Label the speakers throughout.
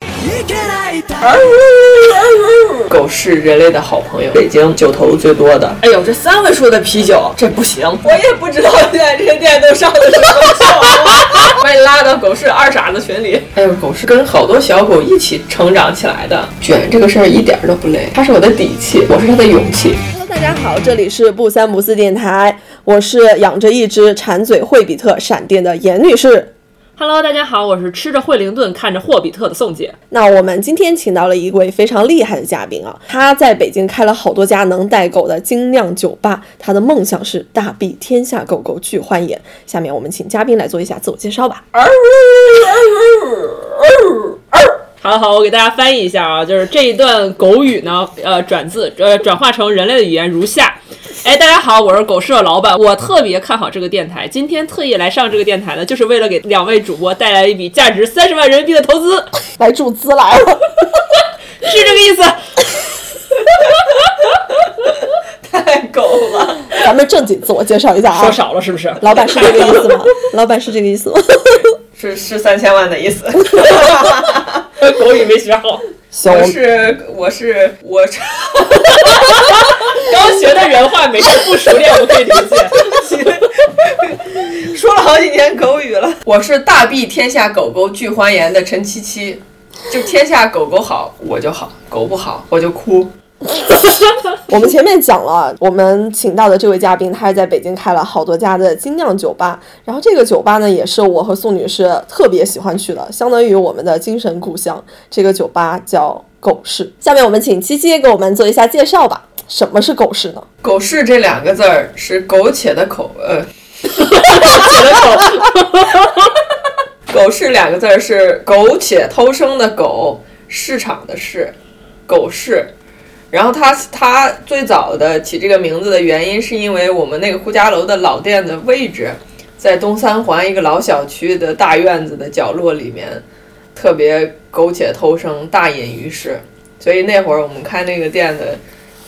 Speaker 1: 狗是人类的好朋友，北京酒头最多的。哎呦，这三位数的啤酒，这不行，
Speaker 2: 我也不知道现在这些店都上的什么酒，
Speaker 1: 把你拉到狗市二傻子群里。哎呦，狗是跟好多小狗一起成长起来的，卷这个事儿一点儿都不累，它是我的底气，我是它的勇气。
Speaker 2: 大家好，这里是不三不四电台，我是养着一只馋嘴惠比特闪电的严女士。
Speaker 3: Hello，大家好，我是吃着惠灵顿看着霍比特的宋姐。
Speaker 2: 那我们今天请到了一位非常厉害的嘉宾啊，他在北京开了好多家能带狗的精酿酒吧，他的梦想是大庇天下狗狗俱欢颜。下面我们请嘉宾来做一下自我介绍吧。
Speaker 3: 好了好，我给大家翻译一下啊，就是这一段狗语呢，呃，转自呃转化成人类的语言如下。哎，大家好，我是狗舍老板，我特别看好这个电台，今天特意来上这个电台呢，就是为了给两位主播带来一笔价值三十万人民币的投资，
Speaker 2: 来注资来了，
Speaker 3: 是这个意思。
Speaker 1: 太 狗了，
Speaker 2: 咱们正经自我介绍一下
Speaker 3: 说
Speaker 2: 啊。
Speaker 3: 少了是不是？
Speaker 2: 老板是这个意思吗？老板是这个意思吗？
Speaker 1: 是是三千万的意思。
Speaker 3: 狗语没学好，
Speaker 2: 行，我
Speaker 1: 我
Speaker 2: 们
Speaker 1: 是我是我是
Speaker 3: 刚学的人话没事不熟练，我们可以理解。
Speaker 1: 说了好几年狗语了。我是大庇天下狗狗俱欢颜的陈七七，就天下狗狗好我就好，狗不好我就哭。
Speaker 2: 我们前面讲了，我们请到的这位嘉宾，他是在北京开了好多家的精酿酒吧。然后这个酒吧呢，也是我和宋女士特别喜欢去的，相当于我们的精神故乡。这个酒吧叫狗市。下面我们请七七给我们做一下介绍吧。什么是狗市呢？
Speaker 1: 狗市这两个字儿是苟且的苟，呃，
Speaker 3: 写的狗。
Speaker 1: 狗市两个字儿是苟且偷生的狗，市场的市，狗市。然后它它最早的起这个名字的原因，是因为我们那个呼家楼的老店的位置，在东三环一个老小区的大院子的角落里面，特别苟且偷生，大隐于市。所以那会儿我们开那个店的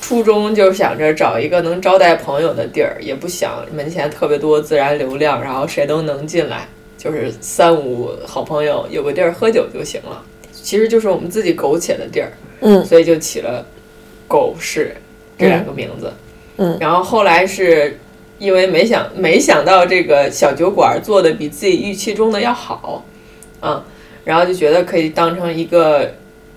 Speaker 1: 初衷，就想着找一个能招待朋友的地儿，也不想门前特别多自然流量，然后谁都能进来。就是三五好朋友有个地儿喝酒就行了，其实就是我们自己苟且的地儿，
Speaker 2: 嗯
Speaker 1: 所以就起了“狗市”这两个名字。
Speaker 2: 嗯嗯
Speaker 1: 然后后来是因为没想没想到这个小酒馆做的比自己预期中的要好，嗯，然后就觉得可以当成一个，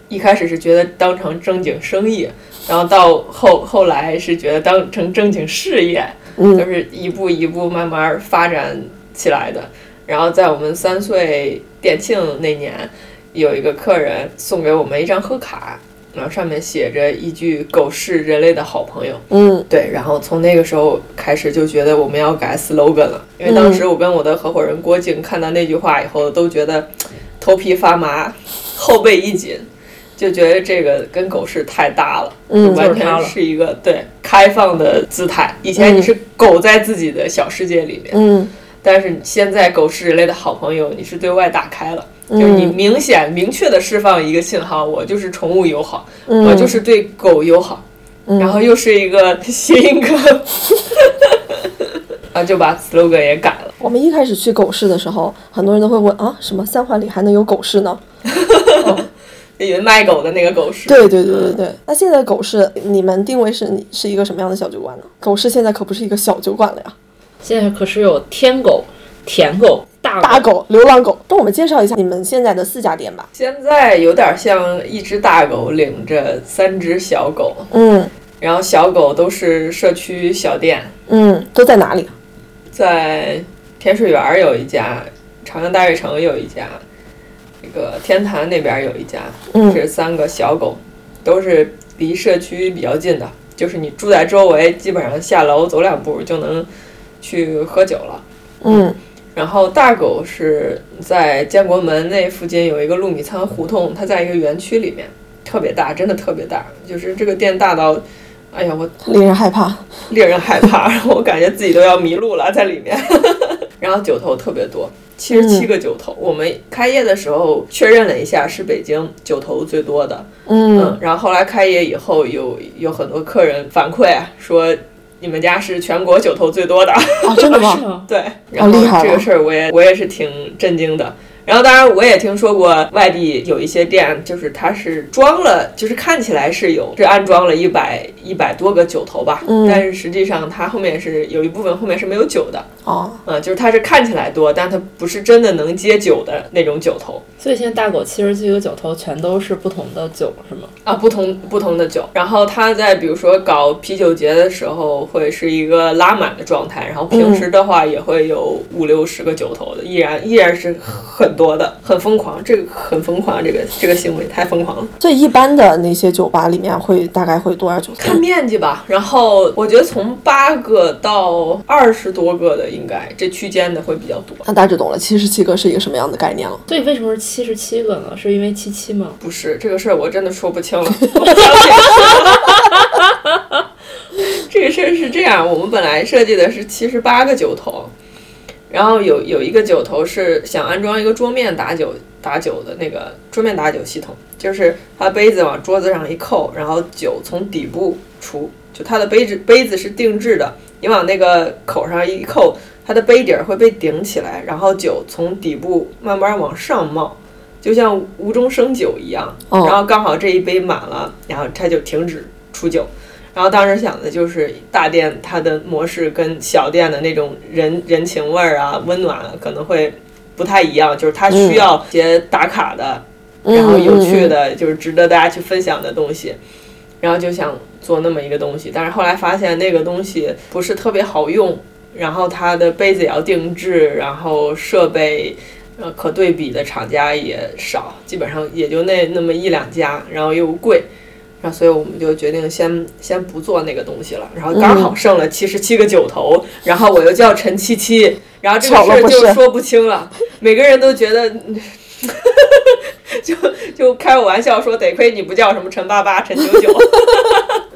Speaker 1: 一开始是觉得当成正经生意，然后到后后来是觉得当成正经事业，就
Speaker 2: 嗯，
Speaker 1: 是一步一步慢慢发展起来的。然后在我们三岁店庆那年，有一个客人送给我们一张贺卡，然后上面写着一句“狗是人类的好朋友”。
Speaker 2: 嗯
Speaker 1: 对，然后从那个时候开始就觉得我们要改 slogan 了，因为
Speaker 2: 嗯
Speaker 1: 当时我跟我的合伙人郭靖看到那句话以后，都觉得头皮发麻， 后背一紧，就觉得这个跟狗市太搭了，
Speaker 2: 嗯
Speaker 1: 就完
Speaker 3: 就是它
Speaker 1: 全
Speaker 3: 了
Speaker 1: 是一个对开放的姿态。以前你是狗在自己的小世界里面，
Speaker 2: 嗯
Speaker 1: 但是现在狗是人类的好朋友，你是对外打开了，就是你
Speaker 2: 嗯
Speaker 1: 明显明确的释放一个信号，我就是宠物友好，
Speaker 2: 嗯，
Speaker 1: 我就是对狗友好。
Speaker 2: 嗯，
Speaker 1: 然后又是一个谐音梗，啊，就把 slogan 也改了。
Speaker 2: 我们一开始去狗市的时候，很多人都会问啊，什么三环里还能有狗市呢？
Speaker 1: 因为卖狗的那个狗是，
Speaker 2: 对对对对对。嗯那现在狗市，你们定位是你是一个什么样的小酒馆呢？狗市现在可不是一个小酒馆了呀。
Speaker 3: 现在可是有天狗、舔狗、大
Speaker 2: 大狗、流浪狗，帮我们介绍一下你们现在的四家店吧。
Speaker 1: 现在有点像一只大狗领着三只小狗，
Speaker 2: 嗯
Speaker 1: 然后小狗都是社区小店，
Speaker 2: 嗯，都在哪里？
Speaker 1: 在天水园有一家，长江大悦城有一家，那个天坛那边有一家，
Speaker 2: 嗯
Speaker 1: 这三个小狗都是离社区比较近的，就是你住在周围，基本上下楼走两步就能去喝酒了。
Speaker 2: 嗯
Speaker 1: 然后大狗是在建国门那附近有一个陆米仓胡同，它在一个园区里面，特别大，真的特别大，就是这个店大到，哎呀，我
Speaker 2: 令人害怕。
Speaker 1: 令人害怕，然后我感觉自己都要迷路了在里面。然后酒头特别多，七十七个酒头，我们开业的时候确认了一下，是北京酒头最多的。嗯
Speaker 2: 嗯，
Speaker 1: 然后后来开业以后有有很多客人反馈啊说。你们家是全国酒头最多的，
Speaker 2: 啊，真的
Speaker 3: 狗。是
Speaker 2: 吗？
Speaker 3: 吗？
Speaker 1: 对，然后
Speaker 2: 厉害了
Speaker 1: 这个事儿我也我也是挺震惊的。然后当然我也听说过外地有一些店，就是它是装了，就是看起来是有是安装了一百一百多个酒头吧，
Speaker 2: 嗯
Speaker 1: 但是实际上它后面是有一部分后面是没有酒的，
Speaker 2: 哦，
Speaker 1: 嗯，就是它是看起来多，但它不是真的能接酒的那种酒头。
Speaker 3: 所以现在大狗七十七个酒头全都是不同的酒，是吗？
Speaker 1: 啊，不同不同的酒，然后他在比如说搞啤酒节的时候，会是一个拉满的状态，然后平时的话也会有五六十个酒头的，依然依然是很多的，很疯狂，这个很疯狂，这个这个行为太疯狂了，
Speaker 2: 最一般的那些酒吧里面会大概会多少酒头？
Speaker 1: 看面积吧，然后我觉得从八个到二十多个的应该这区间的会比较多，
Speaker 2: 那大致懂了，七十七个是一个什么样的概念了？
Speaker 3: 所以为什么是七十七个呢？是因为七七吗？
Speaker 1: 不是这个事儿我真的说不清了。 这个事儿是这样，我们本来设计的是七十八个酒头，然后有有一个酒头是想安装一个桌面打酒打酒的那个桌面打酒系统，就是把杯子往桌子上一扣，然后酒从底部出，就它的杯子杯子是定制的，你往那个口上一扣，它的杯底儿会被顶起来，然后酒从底部慢慢往上冒。就像无中生酒一样，
Speaker 2: 哦
Speaker 1: 然后刚好这一杯满了，然后它就停止出酒。然后当时想的就是大店它的模式跟小店的那种人人情味儿啊、温暖啊，可能会不太一样，就是它需要一些打卡的，
Speaker 2: 嗯
Speaker 1: 然后有趣
Speaker 2: 的，
Speaker 1: 的，就是值得大家去分享的东西。然后就想做那么一个东西，但是后来发现那个东西不是特别好用，然后它的杯子也要定制，然后设备。呃，可对比的厂家也少，基本上也就那那么一两家，然后又贵，然后所以我们就决定先先不做那个东西了。然后刚好剩了七十七个酒头，然后我又叫陈七七，然后这个
Speaker 2: 巧
Speaker 1: 事
Speaker 2: 了
Speaker 1: 儿
Speaker 2: 不
Speaker 1: 就是说不清了，每个人都觉得。就就开我玩笑说，得亏你不叫什么陈八八、陈九九，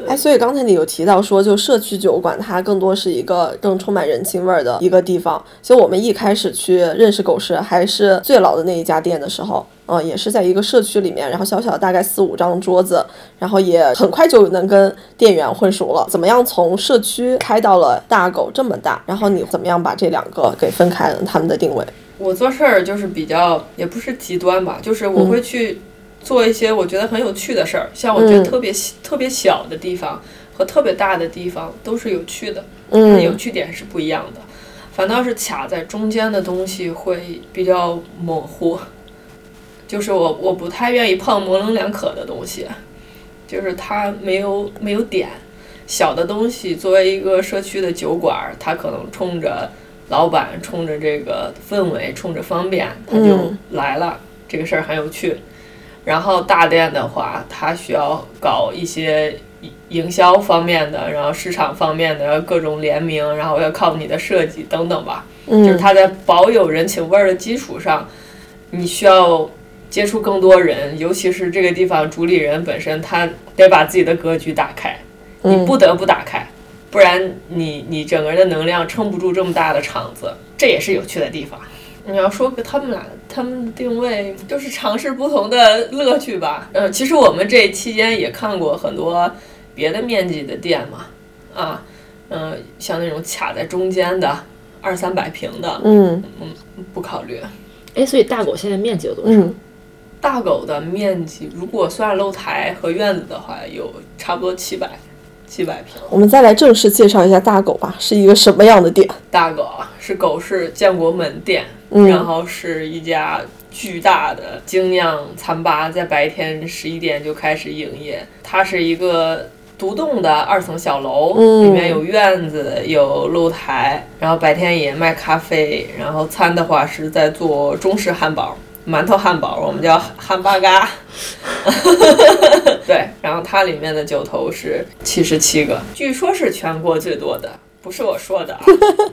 Speaker 2: 哎，所以刚才你有提到说，就社区酒馆它更多是一个更充满人情味儿的一个地方。其实我们一开始去认识狗市还是最老的那一家店的时候，嗯，也是在一个社区里面，然后小小的大概四五张桌子，然后也很快就能跟店员混熟了。怎么样从社区开到了大狗这么大？然后你怎么样把这两个给分开了？他们的定位？
Speaker 1: 我做事儿就是比较，也不是极端吧，就是我会去做一些我觉得很有趣的事儿，像我觉得
Speaker 2: 嗯
Speaker 1: 特别、小特别小的地方和特别大的地方都是有趣的，它的有
Speaker 2: 嗯
Speaker 1: 趣点是不一样的。反倒是卡在中间的东西会比较模糊，就是我我不太愿意碰模棱两可的东西，就是它没有没有点。小的东西作为一个社区的酒馆儿，它可能冲着老板、冲着这个氛围、冲着方便，它就
Speaker 2: 嗯
Speaker 1: 来了。这个事儿很有趣。然后大店的话，它需要搞一些营营销方面的，然后市场方面的，然后各种联名，然后要靠你的设计等等吧。就是
Speaker 2: 嗯
Speaker 1: 它在保有人情味儿的基础上，你需要接触更多人，尤其是这个地方主理人本身，他得把自己的格局打开，你
Speaker 2: 嗯
Speaker 1: 不得不打开，不然你你整个人的能量撑不住这么大的场子，这也是有趣的地方。你要说他们俩，他们的定位就是尝试不同的乐趣吧。呃，其实我们这期间也看过很多别的面积的店嘛，啊，嗯、像那种卡在中间的二三百平的，
Speaker 2: 嗯
Speaker 1: 不考虑。
Speaker 3: 哎，所以大狗现在面积有多少？
Speaker 2: 嗯，
Speaker 1: 大狗的面积，如果算露台和院子的话，有差不多七百七百平。
Speaker 2: 我们再来正式介绍一下大狗吧，是一个什么样的店？
Speaker 1: 大狗啊，是狗市建国门店，
Speaker 2: 嗯
Speaker 1: 然后是一家巨大的精酿餐吧，在白天十一点就开始营业。它是一个独栋的二层小楼，
Speaker 2: 嗯
Speaker 1: 里面有院子，有露台，然后白天也卖咖啡，然后餐的话是在做中式汉堡。馒头汉堡，我们叫汉巴 嘎，对，然后它里面的酒头是七十七个，据说是全国最多的，不是我说的啊，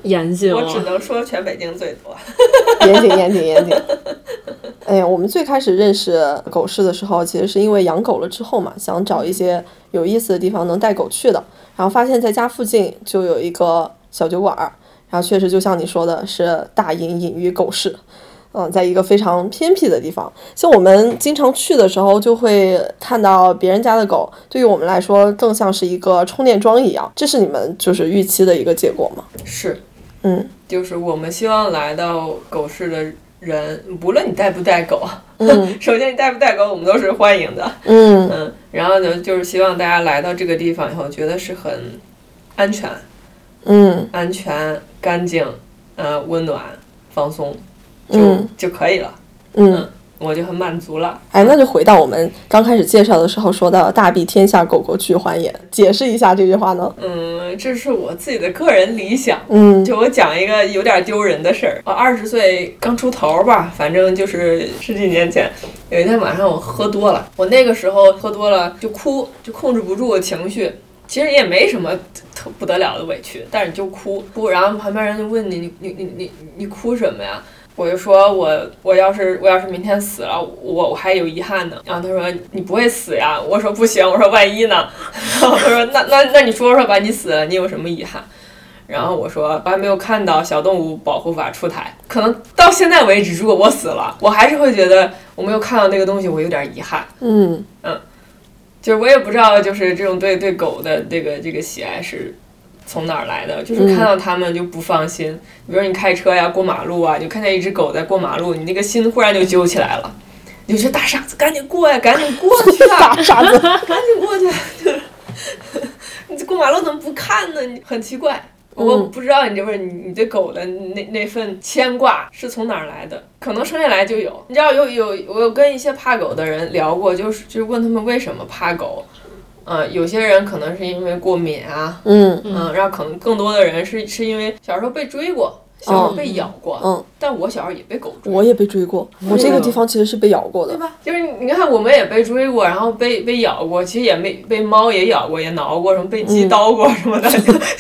Speaker 3: 严谨
Speaker 1: 我只
Speaker 3: 哦。
Speaker 1: 能说全北京最多。
Speaker 2: 严谨，严谨，严谨。哎呀，我们最开始认识狗市的时候，其实是因为养狗了之后嘛，想找一些有意思的地方能带狗去的，然后发现在家附近就有一个小酒馆儿，然后确实就像你说的，是大隐隐于狗市。嗯，在一个非常偏僻的地方，像我们经常去的时候，就会看到别人家的狗，对于我们来说更像是一个充电桩一样。这是你们就是预期的一个结果吗？
Speaker 1: 是，
Speaker 2: 嗯
Speaker 1: 就是我们希望来到狗市的人，不论你带不带狗，
Speaker 2: 嗯
Speaker 1: 首先你带不带狗，我们都是欢迎的。
Speaker 2: 嗯
Speaker 1: 嗯，然后呢，就是希望大家来到这个地方以后，觉得是很安全、
Speaker 2: 嗯
Speaker 1: 安全、干净、呃，温暖、放松，就、
Speaker 2: 嗯
Speaker 1: 就可以了。
Speaker 2: 嗯，
Speaker 1: 我就很满足了。
Speaker 2: 哎，那就回到我们刚开始介绍的时候说到“大庇天下，狗狗俱欢颜”，解释一下这句话呢？
Speaker 1: 嗯，这是我自己的个人理想。
Speaker 2: 嗯
Speaker 1: 就我讲一个有点丢人的事儿，我二十岁刚出头吧，反正就是十几年前，有一天晚上我喝多了，我那个时候喝多了就哭，就控制不住情绪。其实也没什么特不得了的委屈，但是你就哭哭，然后旁边人就问你你你你你你哭什么呀？我就说我我要是我要是明天死了，我我还有遗憾呢。然后他说你不会死呀？我说不行，我说万一呢？然后他说那那那你说说吧，你死了你有什么遗憾？然后我说我还没有看到小动物保护法出台，可能到现在为止，如果我死了，我还是会觉得我没有看到那个东西，我有点遗憾。
Speaker 2: 嗯
Speaker 1: 就是我也不知道，就是这种对对狗的这个这个喜爱是从哪儿来的，就是看到它们就不放心。比如你开车呀、过马路啊，你就看见一只狗在过马路，你那个心忽然就揪起来了，你就觉得大傻子，赶紧过呀，赶紧过去啊！
Speaker 2: 大傻 子，
Speaker 1: 赶紧过去，就是你这过马路怎么不看呢？你很奇怪。
Speaker 2: 嗯
Speaker 1: 我不知道你这份你你对狗的那那份牵挂是从哪儿来的，可能生下来就有。你知道有有我有跟一些怕狗的人聊过，就是就是问他们为什么怕狗，呃，有些人可能是因为过敏啊，
Speaker 2: 嗯
Speaker 1: 嗯、然后可能更多的人是是因为小时候被追过，小时候被咬过，
Speaker 2: 嗯，
Speaker 1: 但我小时候也被狗追，
Speaker 2: 我也被追过，我这个地方其实是被咬过
Speaker 1: 对
Speaker 2: 的。
Speaker 1: 吧？就是你看，我们也被追过，然后被被咬过，其实也没被猫也咬过，也挠过，什么被鸡叨过什么 的，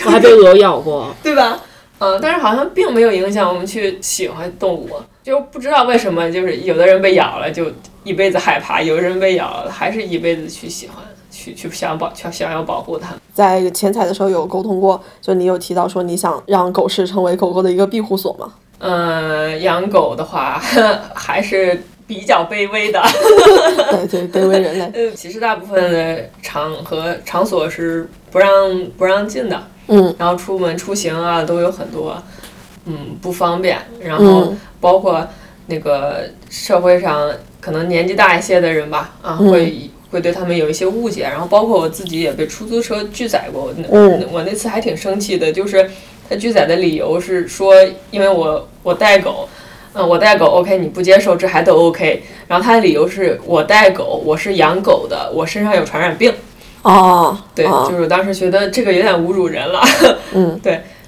Speaker 3: 我还被鹅咬过，
Speaker 1: 对吧？嗯，但是好像并没有影响我们去喜欢动物，就不知道为什么，就是有的人被咬了就一辈子害怕，有的人被咬了还是一辈子去喜欢，去去想保，去想要保护它。
Speaker 2: 在前采的时候有沟通过，就你有提到说你想让狗市成为狗狗的一个庇护所 嘛？
Speaker 1: 嗯，养狗的话 还是比较卑微的，
Speaker 2: 对对，卑微人类。
Speaker 1: 呃，其实大部分的场合场所是不让不让进的，
Speaker 2: 嗯
Speaker 1: 然后出门出行啊都有很多嗯不方便，然后
Speaker 2: 嗯
Speaker 1: 包括那个社会上可能年纪大一些的人吧，啊
Speaker 2: 嗯
Speaker 1: 会会对他们有一些误解，然后包括我自己也被出租车拒载过，我那、
Speaker 2: 嗯
Speaker 1: 我那次还挺生气的，就是他拒载的理由是说因为我我带狗。嗯，我带狗，OK，你不接受这还都 OK。然后他的理由是我带狗，我是养狗的，我身上有传染病。
Speaker 2: 哦，
Speaker 1: 对，
Speaker 2: 哦
Speaker 1: 就是我当时觉得这个有点侮辱人了。
Speaker 2: 嗯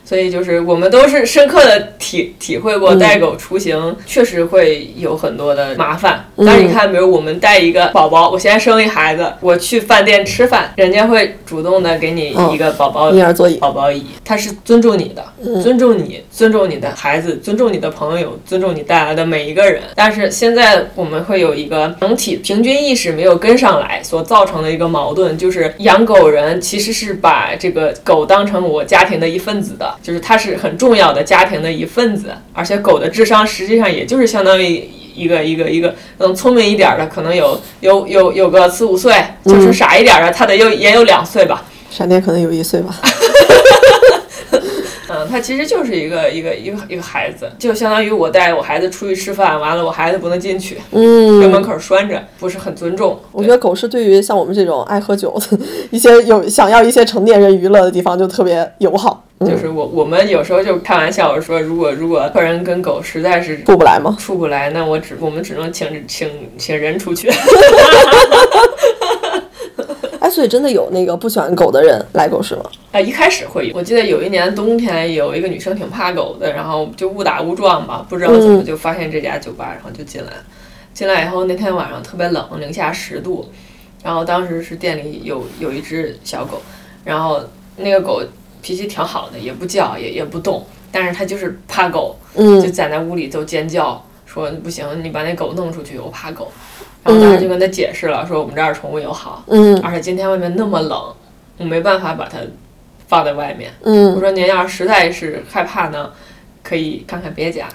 Speaker 1: 所以就是我们都是深刻的体体会过带狗出行、确实会有很多的麻烦。
Speaker 2: 嗯
Speaker 1: 但是你看，比如我们带一个宝宝，我现在生一孩子，我去饭店吃饭，人家会主动的给你一个宝宝、
Speaker 2: 婴儿座椅。
Speaker 1: 宝宝椅，他是尊重你的，尊重你，尊重你的孩子，尊重你的朋友，尊重你带来的每一个人。但是现在我们会有一个嗯整体平均意识没有跟上来所造成的一个矛盾，就是养狗人其实是把这个狗当成我家庭的一份子的，就是它是很重要的家庭的一份子，而且狗的智商实际上也就是相当于。一个一个一个，嗯，聪明一点儿的可能有有有有个四五岁，就是傻一点儿的，他得有也有两岁吧，
Speaker 2: 闪电可能有一岁吧。
Speaker 1: 嗯，他其实就是一个一个一个一个孩子，就相当于我带我孩子出去吃饭，完了我孩子不能进去，在门
Speaker 2: 嗯，
Speaker 1: 口拴着，不是很尊重。
Speaker 2: 我觉得狗是对于像我们这种爱喝酒、 一些有想要一些成年人娱乐的地方就特别友好。
Speaker 1: 对就是我我们有时候就开玩笑，我说如果如果客人跟狗实在是
Speaker 2: 不不来吗？
Speaker 1: 出不来，那我只我们只能请请请人出去。
Speaker 2: 哎，所以真的有那个不喜欢狗的人来狗市吗？
Speaker 1: 啊，一开始会有，我记得有一年冬天，有一个女生挺怕狗的，然后就误打误撞吧，不知道怎么
Speaker 2: 嗯
Speaker 1: 就发现这家酒吧，然后就进来了。进来以后，那天晚上特别冷，零下十度，然后当时是店里有有一只小狗，然后那个狗脾气挺好的，也不叫，也也不动，但是它就是怕狗，就
Speaker 2: 嗯
Speaker 1: 在那屋里就尖叫，说不行，你把那狗弄出去，我怕狗。然后当时就跟他解释了，说我们这儿宠物友好，
Speaker 2: 嗯
Speaker 1: 而且今天外面那么冷，我没办法把它放在外面。我
Speaker 2: 嗯
Speaker 1: 说您要是实在是害怕呢，可以看看别家。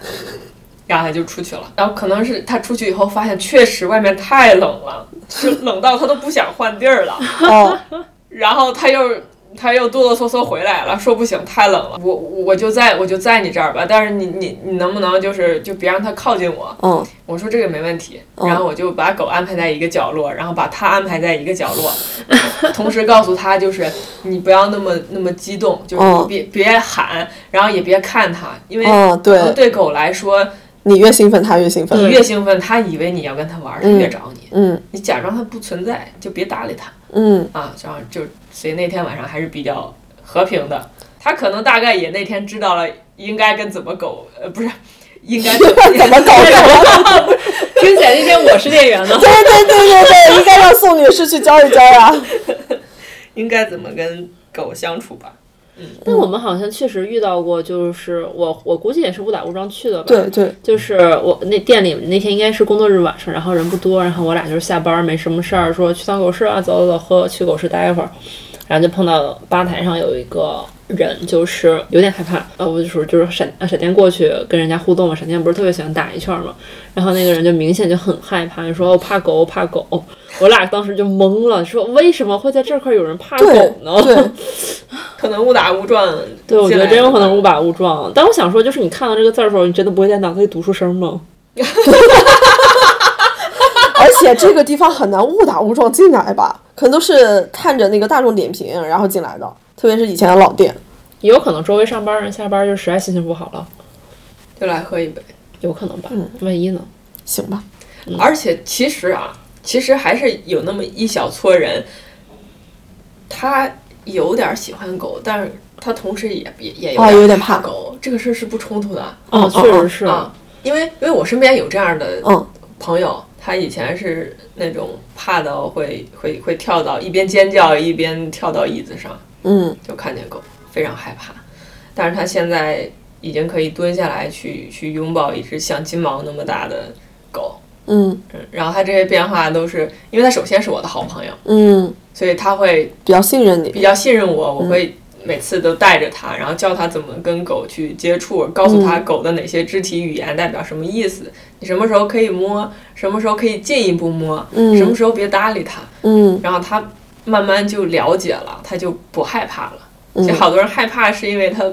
Speaker 1: 然后他就出去了，然后可能是他出去以后发现确实外面太冷了，就冷到他都不想换地儿了。
Speaker 2: 哦
Speaker 1: 然后他又他又哆哆嗦嗦回来了，说不行，太冷了，我我就在我就在你这儿吧，但是你你你能不能就是就别让他靠近我？
Speaker 2: 嗯，
Speaker 1: 我说这个没问题，
Speaker 2: 哦
Speaker 1: 然后我就把狗安排在一个角落，然后把它安排在一个角落，同时告诉他就是你不要那么那么激动，就是
Speaker 2: 嗯
Speaker 1: 你别、别喊，然后也别看它，因为、
Speaker 2: 嗯，对
Speaker 1: 对狗来说，
Speaker 2: 你越兴奋，它越兴奋。
Speaker 1: 你越兴奋，它以为你要跟它玩，它
Speaker 2: 嗯
Speaker 1: 越找你，
Speaker 2: 嗯
Speaker 1: 你假装它不存在，就别搭理它。
Speaker 2: 嗯，
Speaker 1: 啊，然后就所以那天晚上还是比较和平的。他可能大概也那天知道了应该跟怎么狗，呃，不是应该
Speaker 2: 怎么搞的？
Speaker 3: 听起来那天我是店员呢。
Speaker 2: 对对对对对，应该让宋女士去教一教呀。
Speaker 1: 应该怎么跟狗相处吧。
Speaker 3: 但我们好像确实遇到过，就是我我估计也是误打误撞去的吧。
Speaker 2: 对对，
Speaker 3: 就是我那店里那天应该是工作日晚上，然后人不多，然后我俩就是下班没什么事儿，说去趟狗市啊，走走走，喝去狗市待一会儿，然后就碰到吧台上有一个人，就是有点害怕，呃，我就说就是闪呃闪电过去跟人家互动嘛，闪电不是特别喜欢打一圈嘛，然后那个人就明显就很害怕，就说我哦怕狗，我怕狗，我俩当时就懵了，说为什么会在这块儿有人怕狗
Speaker 2: 对
Speaker 3: 呢？
Speaker 2: 对
Speaker 1: 可能误打误撞，
Speaker 3: 对，我觉得真有可能误打误撞。但我想说，就是你看到这个字儿的时候，你真的不会在脑子里读出声吗？
Speaker 2: 而且这个地方很难误打误撞进来吧？可能都是看着那个大众点评然后进来的，特别是以前的老店。
Speaker 3: 也有可能周围上班人下班就实在心情不好了，
Speaker 1: 就来喝一杯。
Speaker 3: 有可能吧？
Speaker 2: 嗯
Speaker 3: 万一呢？
Speaker 2: 行吧，
Speaker 3: 嗯
Speaker 1: 而且其实啊，其实还是有那么一小撮人，他有点喜欢狗，但是他同时也也也
Speaker 2: 哦有点
Speaker 1: 怕
Speaker 2: 怕
Speaker 1: 狗，这个事儿是不冲突的
Speaker 3: 哦，
Speaker 2: 嗯
Speaker 3: 确实是。
Speaker 1: 啊。因为因为我身边有这样的
Speaker 2: 嗯
Speaker 1: 朋友，他以前是那种怕到会会会跳到一边尖叫一边跳到椅子上，
Speaker 2: 嗯
Speaker 1: 就看见狗非常害怕，但是他现在已经可以蹲下来去去拥抱一只像金毛那么大的狗，
Speaker 2: 嗯
Speaker 1: 嗯，然后他这些变化都是因为他首先是我的好朋友，
Speaker 2: 嗯，
Speaker 1: 所以他会
Speaker 2: 比较信任
Speaker 1: 比
Speaker 2: 你。
Speaker 1: 较信任我，我会。每次都带着他，然后教他怎么跟狗去接触，告诉他狗的哪些肢体语言代表什么意思，你什么时候可以摸，什么时候可以进一步摸，什么
Speaker 2: 嗯
Speaker 1: 时候别搭理他，
Speaker 2: 嗯
Speaker 1: 然后他慢慢就了解了，他就不害怕了。其实
Speaker 2: 嗯，
Speaker 1: 好多人害怕是因为他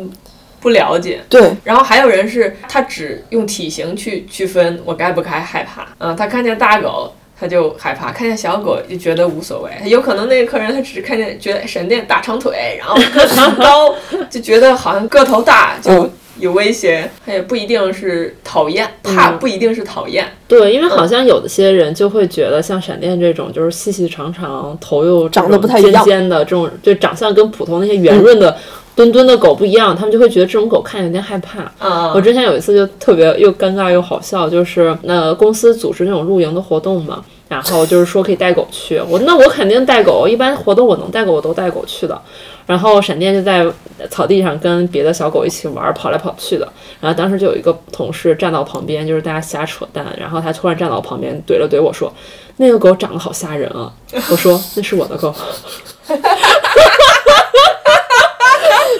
Speaker 1: 不了解，
Speaker 2: 对，
Speaker 1: 然后还有人是他只用体型去区分我该不该害怕。嗯，他看见大狗他就害怕，看见小狗就觉得无所谓。有可能那个客人他只是看见觉得闪电大长腿，然后个子 很高，就觉得好像个头大就
Speaker 2: 嗯
Speaker 1: 有威胁，他也不一定是讨厌，怕
Speaker 3: 嗯
Speaker 1: 不一定是讨厌。
Speaker 3: 对，因为好像有的些人就会觉得像闪电这种，就是细细长长、头又
Speaker 2: 长得不太一
Speaker 3: 尖
Speaker 2: 样嗯
Speaker 3: 尖的这种，就长相跟普通那些圆润的、墩墩的狗不一样，他们就会觉得这种狗看着有点害怕。
Speaker 1: 嗯，
Speaker 3: 我之前有一次就特别又尴尬又好笑，就是那公司组织那种露营的活动嘛，然后就是说可以带狗去，我那我肯定带狗，一般活动我能带狗我都带狗去的。然后闪电就在草地上跟别的小狗一起玩，跑来跑去的。然后当时就有一个同事站到旁边，就是大家瞎扯淡，然后他突然站到我旁边怼了怼我说：“那个狗长得好吓人啊！”我说：“那是我的狗。”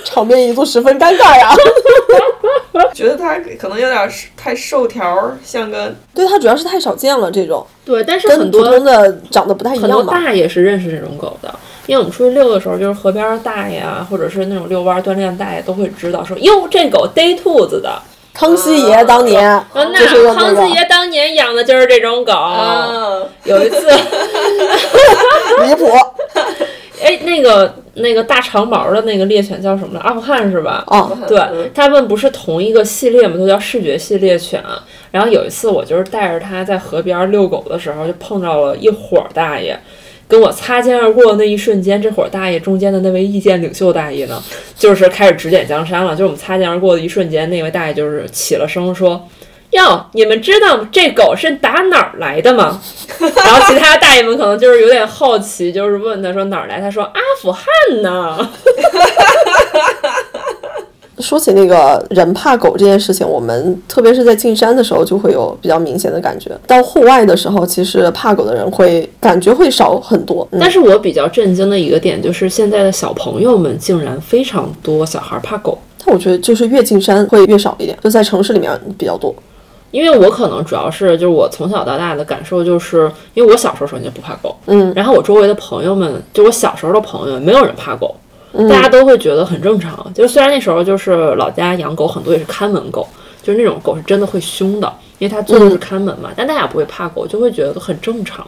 Speaker 2: 场面一度十分尴尬呀。
Speaker 1: 觉得他可能有点太瘦条，像个
Speaker 2: 对，它主要是太少见了，这种
Speaker 3: 对，但是
Speaker 2: 跟
Speaker 3: 很
Speaker 2: 普
Speaker 3: 多
Speaker 2: 通的长得不太一
Speaker 3: 很多
Speaker 2: 样嘛。
Speaker 3: 大爷是认识这种狗的，因为我们出去遛的时候，就是河边儿大爷啊，或者是那种遛弯儿锻炼的大爷都会知道说，哟，这狗逮兔子的，
Speaker 2: 康熙爷当年
Speaker 3: 说
Speaker 2: 哦就是用这
Speaker 3: 哦那康
Speaker 2: 个哦
Speaker 3: 四爷当年养的就是这种狗。
Speaker 1: 啊，
Speaker 3: 有一次，
Speaker 2: 离谱
Speaker 3: 哎，那个那个大长毛的那个猎犬叫什么来？阿富汗是吧？
Speaker 2: 啊，
Speaker 3: 对，他们不是同一个系列嘛，都叫视觉系列犬。然后有一次，我就是带着它在河边遛狗的时候，就碰到了一伙儿大爷。跟我擦肩而过的那一瞬间，这伙儿大爷中间的那位意见领袖大爷呢，就是开始指点江山了。就是我们擦肩而过的一瞬间，那位大爷就是起了声说：“哟，你们知道这狗是打哪儿来的吗？”然后其他大爷们可能就是有点好奇，就是问他说哪儿来，他说阿富汗呢。
Speaker 2: 说起那个人怕狗这件事情，我们特别是在进山的时候就会有比较明显的感觉。到户外的时候，其实怕狗的人会感觉会少很多。嗯、
Speaker 3: 但是我比较震惊的一个点就是，现在的小朋友们竟然非常多小孩怕狗，
Speaker 2: 但我觉得就是越进山会越少一点，就在城市里面比较多。
Speaker 3: 因为我可能主要是就是我从小到大的感受就是，因为我小时候首先就不怕狗，
Speaker 2: 嗯
Speaker 3: 然后我周围的朋友们，就我小时候的朋友们，没有人怕狗。
Speaker 2: 嗯
Speaker 3: 大家都会觉得很正常。就是虽然那时候就是老家养狗很多也是看门狗，就是那种狗是真的会凶的，因为它做的是
Speaker 2: 嗯
Speaker 3: 看门嘛，但大家也不会怕狗，就会觉得很正常。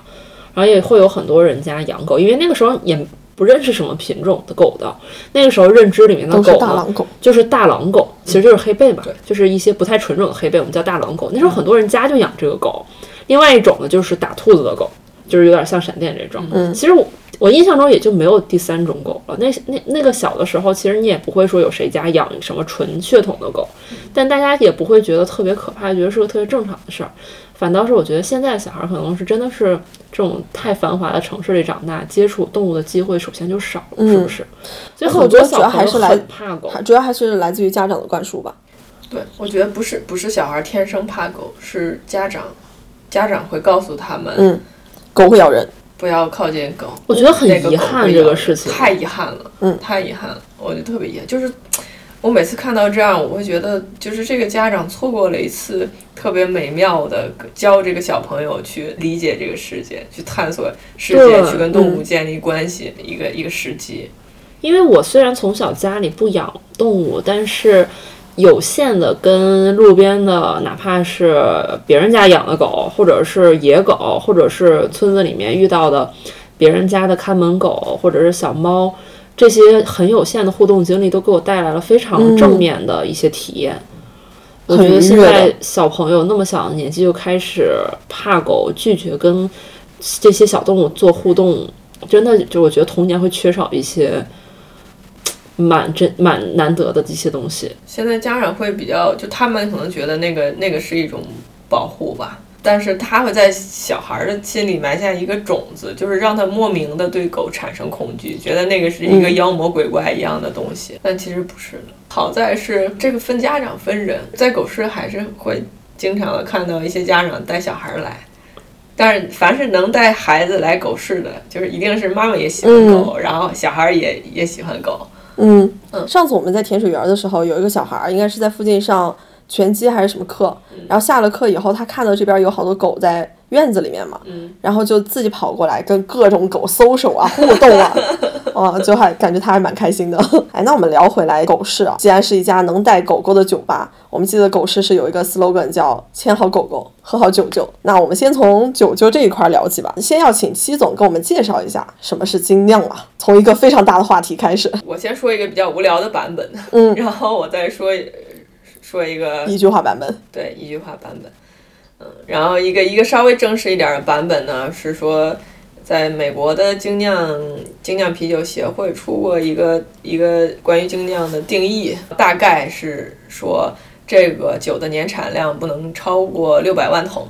Speaker 3: 然后也会有很多人家养狗，因为那个时候也不认识什么品种的狗的，那个时候认知里面的
Speaker 2: 都是
Speaker 3: 狗呢
Speaker 2: 大狼狗，
Speaker 3: 就是大狼狗，其实就是黑背嘛，就是一些不太纯种的黑背，我们叫大狼狗。那时候很多人家就养这个狗。另外一种呢，就是打兔子的狗，就是有点像闪电这种。
Speaker 2: 嗯
Speaker 3: 其实我我印象中也就没有第三种狗了。那那那个小的时候，其实你也不会说有谁家养什么纯血统的狗，但大家也不会觉得特别可怕，觉得是个特别正常的事儿。反倒是我觉得现在小孩可能是真的是这种太繁华的城市里长大，接触动物的机会首先就少了，是不是？所以
Speaker 2: 我
Speaker 3: 很
Speaker 2: 觉
Speaker 3: 多
Speaker 2: 得
Speaker 3: 小
Speaker 2: 主要
Speaker 3: 朋
Speaker 2: 还
Speaker 3: 友
Speaker 2: 嗯是来
Speaker 3: 很怕狗，
Speaker 2: 还主要还是来自于家长的灌输吧。
Speaker 1: 对，我觉得不是不是小孩天生怕狗，是家长家长会告诉他们、
Speaker 2: 嗯，狗会咬人，
Speaker 1: 不要靠近狗。
Speaker 3: 我觉得很
Speaker 1: 那个
Speaker 3: 遗
Speaker 1: 狗
Speaker 3: 憾
Speaker 1: 会
Speaker 3: 这
Speaker 1: 咬
Speaker 3: 个
Speaker 1: 人
Speaker 3: 事情。
Speaker 1: 太遗憾了，
Speaker 2: 嗯
Speaker 1: 太遗憾了，我就特别遗憾，就是我每次看到这样，我会觉得就是这个家长错过了一次特别美妙的教这个小朋友去理解这个世界，去探索世界，
Speaker 3: 对嗯
Speaker 1: 去跟动物建立关系，一个一个时机。
Speaker 3: 因为我虽然从小家里不养动物，但是有限的跟路边的，哪怕是别人家养的狗，或者是野狗，或者是村子里面遇到的别人家的看门狗，或者是小猫，这些很有限的互动经历，都给我带来了非常
Speaker 2: 嗯
Speaker 3: 正面的一些体验。我
Speaker 2: 很
Speaker 3: 觉得
Speaker 2: 愉
Speaker 3: 现
Speaker 2: 悦的
Speaker 3: 在小朋友那么小的年纪就开始怕狗，拒绝跟这些小动物做互动，真的就我觉得童年会缺少一些嘖蛮真蛮难得的一些东西。
Speaker 1: 现在家长会比较，就他们可能觉得那个那个是一种保护吧。但是他会在小孩的心里埋下一个种子，就是让他莫名的对狗产生恐惧，觉得那个是一个
Speaker 2: 嗯
Speaker 1: 妖魔鬼怪一样的东西，但其实不是的。好在是这个分家长分人，在狗市还是会经常的看到一些家长带小孩来，但是凡是能带孩子来狗市的，就是一定是妈妈也喜欢狗，然后小孩也也喜欢狗，
Speaker 2: 嗯，
Speaker 1: 嗯
Speaker 2: 上次我们在甜水园的时候，有一个小孩儿，应该是在附近上拳击还是什么课，
Speaker 1: 嗯
Speaker 2: 然后下了课以后，他看到这边有好多狗在院子里面嘛，
Speaker 1: 嗯
Speaker 2: 然后就自己跑过来跟各种狗搜手啊、互动 啊，啊，就还感觉他还蛮开心的。 哎，那我们聊回来狗市啊，既然是一家能带狗狗的酒吧，我们记得狗市是有一个 slogan 叫“牵好狗狗，喝好酒酒”。那我们先从酒酒这一块儿聊起吧，先要请戚总给我们介绍一下什么是精酿啊，从一个非常大的话题开始。
Speaker 1: 我先说一个比较无聊的版本，
Speaker 2: 嗯
Speaker 1: 然后我再说说一个
Speaker 2: 一句话版本。
Speaker 1: 对一句话版本，嗯，然后一个一个稍微正式一点儿的版本呢是说，在美国的精酿精酿啤酒协会出过一个一个关于精酿的定义，大概是说这个酒的年产量不能超过六百万桶。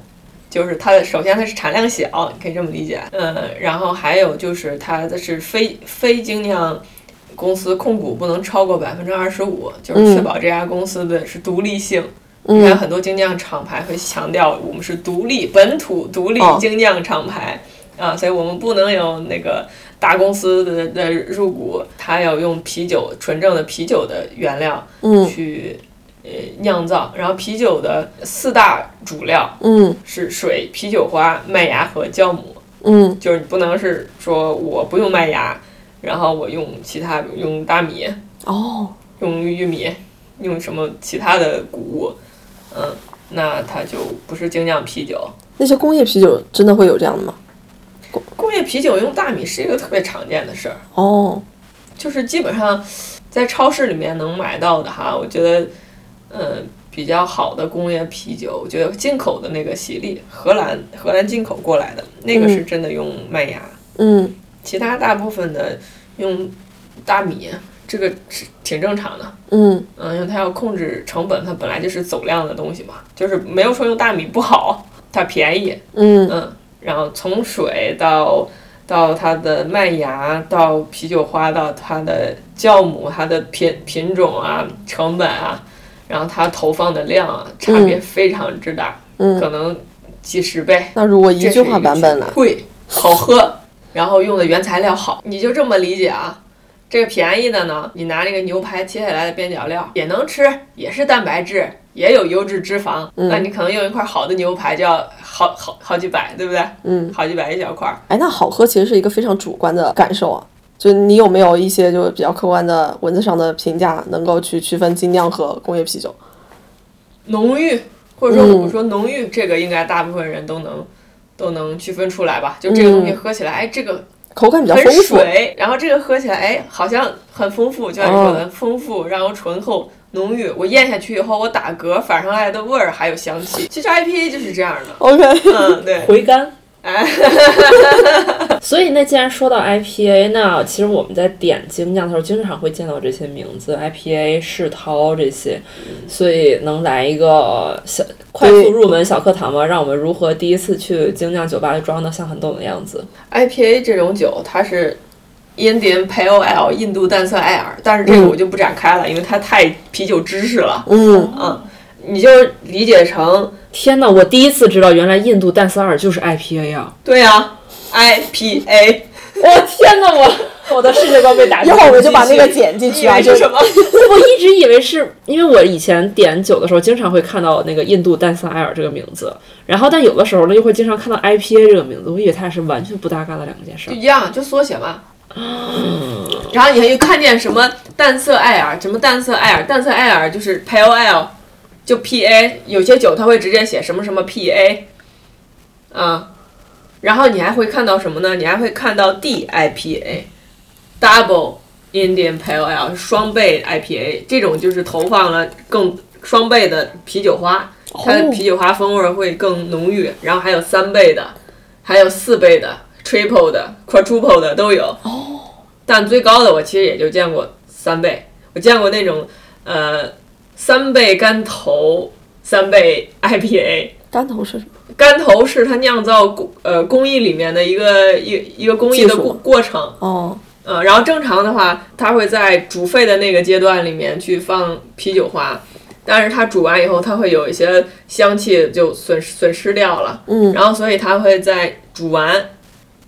Speaker 1: 就是它的，首先它是产量小，你可以这么理解，嗯，然后还有就是它的是非非精酿公司控股不能超过百分之二十五，就是确
Speaker 2: 嗯
Speaker 1: 保这家公司的是独立性，你看
Speaker 2: 嗯
Speaker 1: 很多精酿厂牌会强调我们是独立本土独立
Speaker 2: 哦
Speaker 1: 精酿厂牌、啊，所以我们不能有那个大公司的的入股，它要用啤酒纯正的啤酒的原料
Speaker 2: 嗯
Speaker 1: 去、呃酿造，然后啤酒的四大主料
Speaker 2: 嗯
Speaker 1: 是水、啤酒花、麦芽和酵母，
Speaker 2: 嗯
Speaker 1: 就是你不能是说我不用麦芽，然后我用其他用大米，
Speaker 2: 哦，
Speaker 1: 用玉米，用什么其他的谷物，嗯，那它就不是精酿啤酒。
Speaker 2: 那些工业啤酒真的会有这样的吗？
Speaker 1: 工业啤酒用大米是一个特别常见的事儿，
Speaker 2: 哦，
Speaker 1: 就是基本上在超市里面能买到的哈，我觉得，嗯，比较好的工业啤酒，我觉得进口的那个喜力，荷兰荷兰进口过来的那个是真的用麦芽，
Speaker 2: 嗯
Speaker 1: 其他大部分的用大米，这个是挺正常的。
Speaker 2: 嗯
Speaker 1: 嗯，因为它要控制成本，它本来就是走量的东西嘛，就是没有说用大米不好，它便宜，
Speaker 2: 嗯
Speaker 1: 嗯，然后从水到到它的麦芽，到啤酒花，到它的酵母，它的品品种啊，成本啊，然后它投放的量啊，差别非常之大，
Speaker 2: 嗯。
Speaker 1: 可能几十倍，
Speaker 2: 那如果一
Speaker 1: 这
Speaker 2: 句
Speaker 1: 是
Speaker 2: 话
Speaker 1: 个
Speaker 2: 版
Speaker 1: 区
Speaker 2: 本
Speaker 1: 别
Speaker 2: 呢？
Speaker 1: 贵，好喝，然后用的原材料好，你就这么理解啊。这个便宜的呢，你拿那个牛排切下来的边角料也能吃，也是蛋白质，也有优质脂肪。
Speaker 2: 嗯
Speaker 1: 那你可能用一块好的牛排就要好好好几百，对不对？
Speaker 2: 嗯，
Speaker 1: 好几百一小块儿。
Speaker 2: 哎，那好喝其实是一个非常主观的感受啊。就你有没有一些就是比较客观的文字上的评价，能够去区分精酿和工业啤酒？
Speaker 1: 浓郁，或者说
Speaker 2: 嗯
Speaker 1: 我们说浓郁，这个应该大部分人都能都能区分出来吧？就这个东西
Speaker 2: 嗯
Speaker 1: 喝起来，哎，这个
Speaker 2: 口感比较
Speaker 1: 很
Speaker 2: 丰富，
Speaker 1: 水，然后这个喝起来，哎，好像很丰富，就像你说
Speaker 2: 嗯
Speaker 1: 的，丰富，然后醇厚。浓郁，我咽下去以后，我打嗝反上来的味儿还有香气。其实 IPA 就是这样的，
Speaker 2: OK，
Speaker 1: 嗯，对，
Speaker 4: 回甘。
Speaker 1: 哎，
Speaker 3: 所以那既然说到 IPA，那其实我们在点精酿的时候，经常会见到这些名字，IPA、世涛这些，所以能来一个小快速入门小课堂吗？让我们如何第一次去精酿酒吧就装的像很懂的样子？
Speaker 1: IPA 这种酒，它是 Indian Pale Ale 印度淡色艾尔，但是这个
Speaker 2: 嗯
Speaker 1: 我就不展开了，因为它太啤酒知识了。
Speaker 2: 嗯，
Speaker 1: 嗯，你就理解成，
Speaker 3: 天哪，我第一次知道原来印度淡色二就是 IPA 啊！
Speaker 1: 对呀、i p a
Speaker 3: 我天哪， 我我的世界观被打
Speaker 1: 啊
Speaker 2: 一
Speaker 3: 击。
Speaker 2: 会儿我就把那个
Speaker 1: 继续
Speaker 2: 剪进
Speaker 1: 你以
Speaker 2: 去啊，
Speaker 1: 为
Speaker 2: 就是
Speaker 1: 什么？
Speaker 3: 我一直以为是因为我以前点酒的时候，经常会看到那个印度淡色艾尔这个名字，然后但有的时候呢，又会经常看到 IPA 这个名字，我以为它俩是完全不搭嘎的两件事
Speaker 1: 就。一样，就缩写嘛。然后你还又看见什么淡色艾尔，什么淡色艾尔，淡色艾尔就是 Pale Ale，就 PA，有些酒它会直接写什么什么 PA，啊，然后你还会看到什么呢？你还会看到 DIPA，Double Indian Pale Ale，双倍 IPA，这种就是投放了更双倍的啤酒花，它的啤酒花风味会更浓郁，然后还有三倍的，还有四倍的、triple 的、quadruple 的都有。哦，但最高的我其实也就见过三倍，我见过那种呃三倍干头、三倍 IPA。
Speaker 2: 干头是什么？
Speaker 1: 干头是它酿造工呃工艺里面的一个一一个工艺的
Speaker 2: 技术
Speaker 1: 过过程，
Speaker 2: 哦，
Speaker 1: 嗯，然后正常的话，它会在煮沸的那个阶段里面去放啤酒花，但是它煮完以后，它会有一些香气就损失损失掉了。
Speaker 2: 嗯
Speaker 1: 然后所以它会在煮完，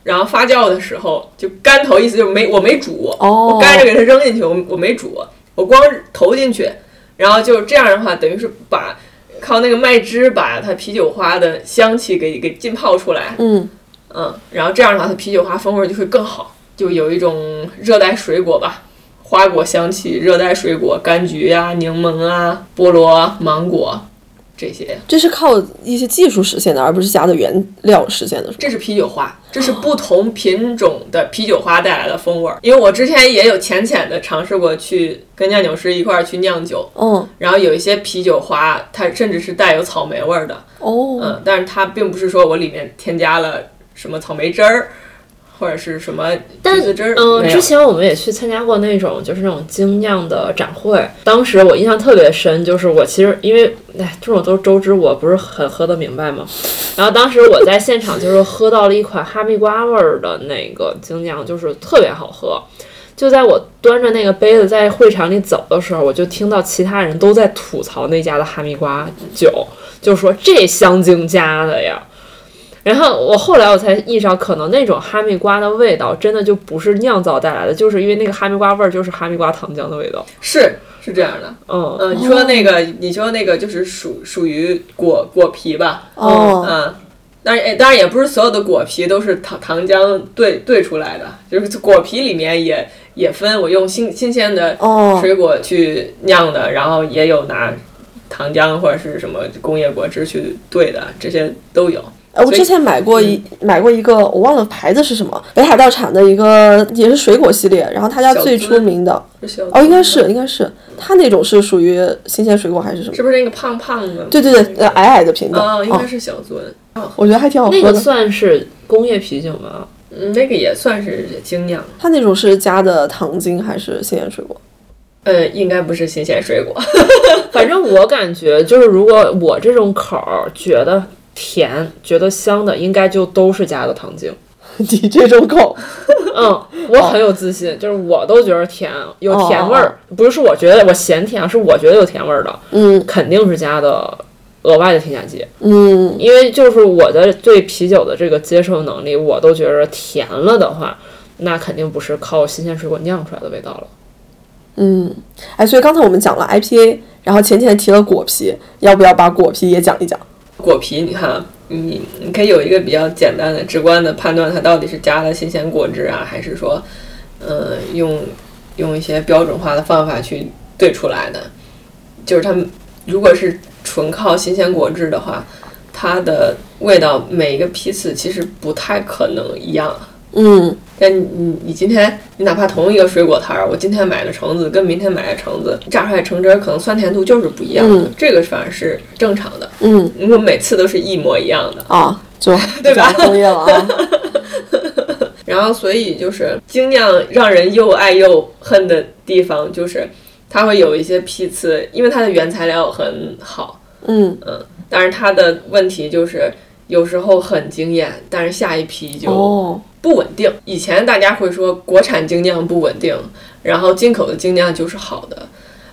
Speaker 1: 然后发酵的时候就干头，意思就是没我没煮，
Speaker 2: 哦
Speaker 1: 我干着给它扔进去，我我没煮，我光投进去，然后就这样的话，等于是把靠那个麦汁把它啤酒花的香气给给浸泡出来，
Speaker 2: 嗯，
Speaker 1: 嗯，然后这样的话，它啤酒花风味就会更好，就有一种热带水果吧，花果香气，热带水果，柑橘呀、柠檬啊、菠萝、芒果这些，
Speaker 2: 这是靠一些技术实现的，而不是加的原料实现的，是吧
Speaker 1: 这是啤酒花，这是不同品种的啤酒花带来的风味儿。因为我之前也有浅浅的尝试过去跟酿酒师一块儿去酿酒，
Speaker 2: 嗯，
Speaker 1: 然后有一些啤酒花，它甚至是带有草莓味儿的，
Speaker 2: 哦，
Speaker 1: 嗯，但是它并不是说我里面添加了什么草莓汁儿。或者是什么橘子汁儿？
Speaker 3: 嗯，
Speaker 1: 没有
Speaker 3: 之前我们也去参加过那种就是那种精酿的展会，当时我印象特别深，就是我其实因为哎这种都是周知，我不是很喝得明白 嘛。然后当时我在现场就是喝到了一款哈密瓜味儿的那个精酿，就是特别好喝。就在我端着那个杯子在会场里走的时候，我就听到其他人都在吐槽那家的哈密瓜酒，就说这香精加的呀。然后我后来我才意识到，可能那种哈密瓜的味道真的就不是酿造带来的，就是因为那个哈密瓜味儿就是哈密瓜糖浆的味道。
Speaker 1: 是是这样的。
Speaker 3: 嗯，
Speaker 1: 嗯，你说那个，你说那个就是属属于果果皮吧？
Speaker 2: 哦，
Speaker 1: 嗯，当然，哎当然也不是所有的果皮都是糖糖浆兑兑出来的，就是果皮里面也也分，我用新新鲜的
Speaker 2: 哦，
Speaker 1: 水果去酿的，然后也有拿糖浆或者是什么工业果汁去兑的，这些都有。
Speaker 2: 哎，我
Speaker 1: 所以
Speaker 2: 之前买过一买过一个，我忘了牌子是什么，北海道产的一个也是水果系列，然后他家
Speaker 1: 小
Speaker 2: 最
Speaker 1: 资
Speaker 2: 出名的
Speaker 1: 是小
Speaker 2: 哦，应该是应该是他那种是属于新鲜水果还是什么？
Speaker 1: 是不是那个胖胖的？嗯
Speaker 2: 对对对，呃，矮矮的品种，
Speaker 1: 啊，应该
Speaker 2: 哦，
Speaker 1: 是小樽。
Speaker 2: 我觉得还挺好
Speaker 3: 那
Speaker 2: 喝
Speaker 3: 个
Speaker 2: 的。
Speaker 3: 算是工业啤酒吗？
Speaker 1: 嗯，那个也算是精酿，
Speaker 2: 他那种是加的糖精还是新鲜水果？
Speaker 1: 呃，应该不是新鲜水果。
Speaker 3: 反正我感觉就是，如果我这种口儿觉得甜、觉得香的，应该就都是加的糖精。
Speaker 2: 你这种狗，哦
Speaker 3: 嗯，我很有自信，就是我都觉得甜，有甜味
Speaker 2: 哦
Speaker 3: 儿，不是我觉得我嫌甜，啊是我觉得有甜味儿的，
Speaker 2: 嗯
Speaker 3: 肯定是加的额外的添加剂。
Speaker 2: 嗯，
Speaker 3: 因为就是我的对啤酒的这个接受能力，我都觉得甜了的话，那肯定不是靠新鲜水果酿出来的味道了。
Speaker 2: 嗯，哎，所以刚才我们讲了 IPA，然后浅浅提了果皮，要不要把果皮也讲一讲？
Speaker 1: 果皮，你看啊，你你可以有一个比较简单的、直观的判断，它到底是加了新鲜果汁啊，还是说呃，用用一些标准化的方法去兑出来的。就是它们如果是纯靠新鲜果汁的话，它的味道每一个批次其实不太可能一样。
Speaker 2: 嗯，
Speaker 1: 但你你你今天你哪怕同一个水果摊儿，我今天买的橙子跟明天买的橙子榨出来橙汁儿，可能酸甜度就是不一样的，
Speaker 2: 嗯
Speaker 1: 这个反而是正常的。
Speaker 2: 嗯
Speaker 1: 如果每次都是一模一样的，
Speaker 2: 啊，就
Speaker 1: 对吧
Speaker 2: 讲工业了 啊。
Speaker 1: 然后所以就是精酿让人又爱又恨的地方，就是它会有一些批次，因为它的原材料很好，
Speaker 2: 嗯，
Speaker 1: 但是它的问题就是有时候很惊艳，但是下一批就
Speaker 2: 哦，
Speaker 1: 不稳定。以前大家会说国产精酿不稳定，然后进口的精酿就是好的，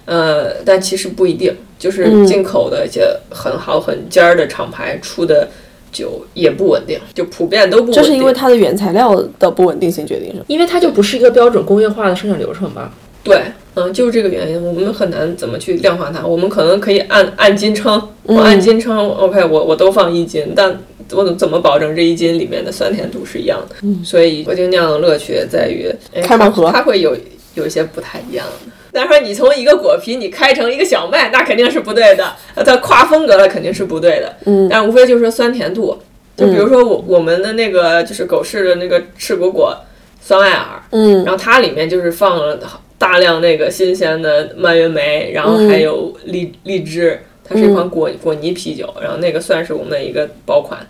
Speaker 1: 呃，但其实不一定，就是
Speaker 2: 嗯
Speaker 1: 进口的一些很好很尖儿的厂牌出的酒也不稳定，就普遍都不稳定。
Speaker 2: 这是因为它的原材料的不稳定性决定是吗？
Speaker 5: 因为它就不是一个标准工业化的生产流程吧。
Speaker 1: 对，嗯，就是这个原因，我们很难怎么去量化它。我们可能可以按按斤称，我
Speaker 2: 嗯
Speaker 1: 按斤称、o k 我我都放一斤，但我怎么保证这一斤里面的酸甜度是一样的？所以我就酿的乐趣在于哎
Speaker 2: 嗯开盲盒
Speaker 1: 它它会有有一些不太一样的。但是说你从一个果皮你开成一个小麦，那肯定是不对的，呃它跨风格了肯定是不对的。
Speaker 2: 嗯
Speaker 1: 但无非就是说酸甜度，就比如说我我们的那个就是狗市的那个赤果果酸艾尔，
Speaker 2: 嗯
Speaker 1: 然后它里面就是放了大量那个新鲜的蔓越莓，然后还有
Speaker 2: 嗯
Speaker 1: 荔、荔枝，它是一款果、果泥啤酒，然后那个算是我们的一个爆款。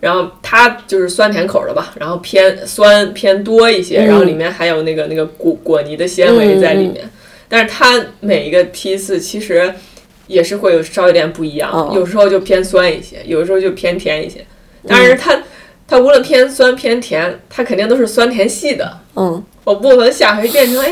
Speaker 1: 然后它就是酸甜口的吧，然后偏酸偏多一些，
Speaker 2: 嗯
Speaker 1: 然后里面还有那个那个果果泥的纤维在里面。但是它每一个批次其实也是会有稍微有点不一样，
Speaker 2: 哦
Speaker 1: 有时候就偏酸一些，有时候就偏甜一些。但
Speaker 2: 嗯
Speaker 1: 是它、它无论偏酸偏甜，它肯定都是酸甜系的。
Speaker 2: 嗯
Speaker 1: 我不能下回变成哎，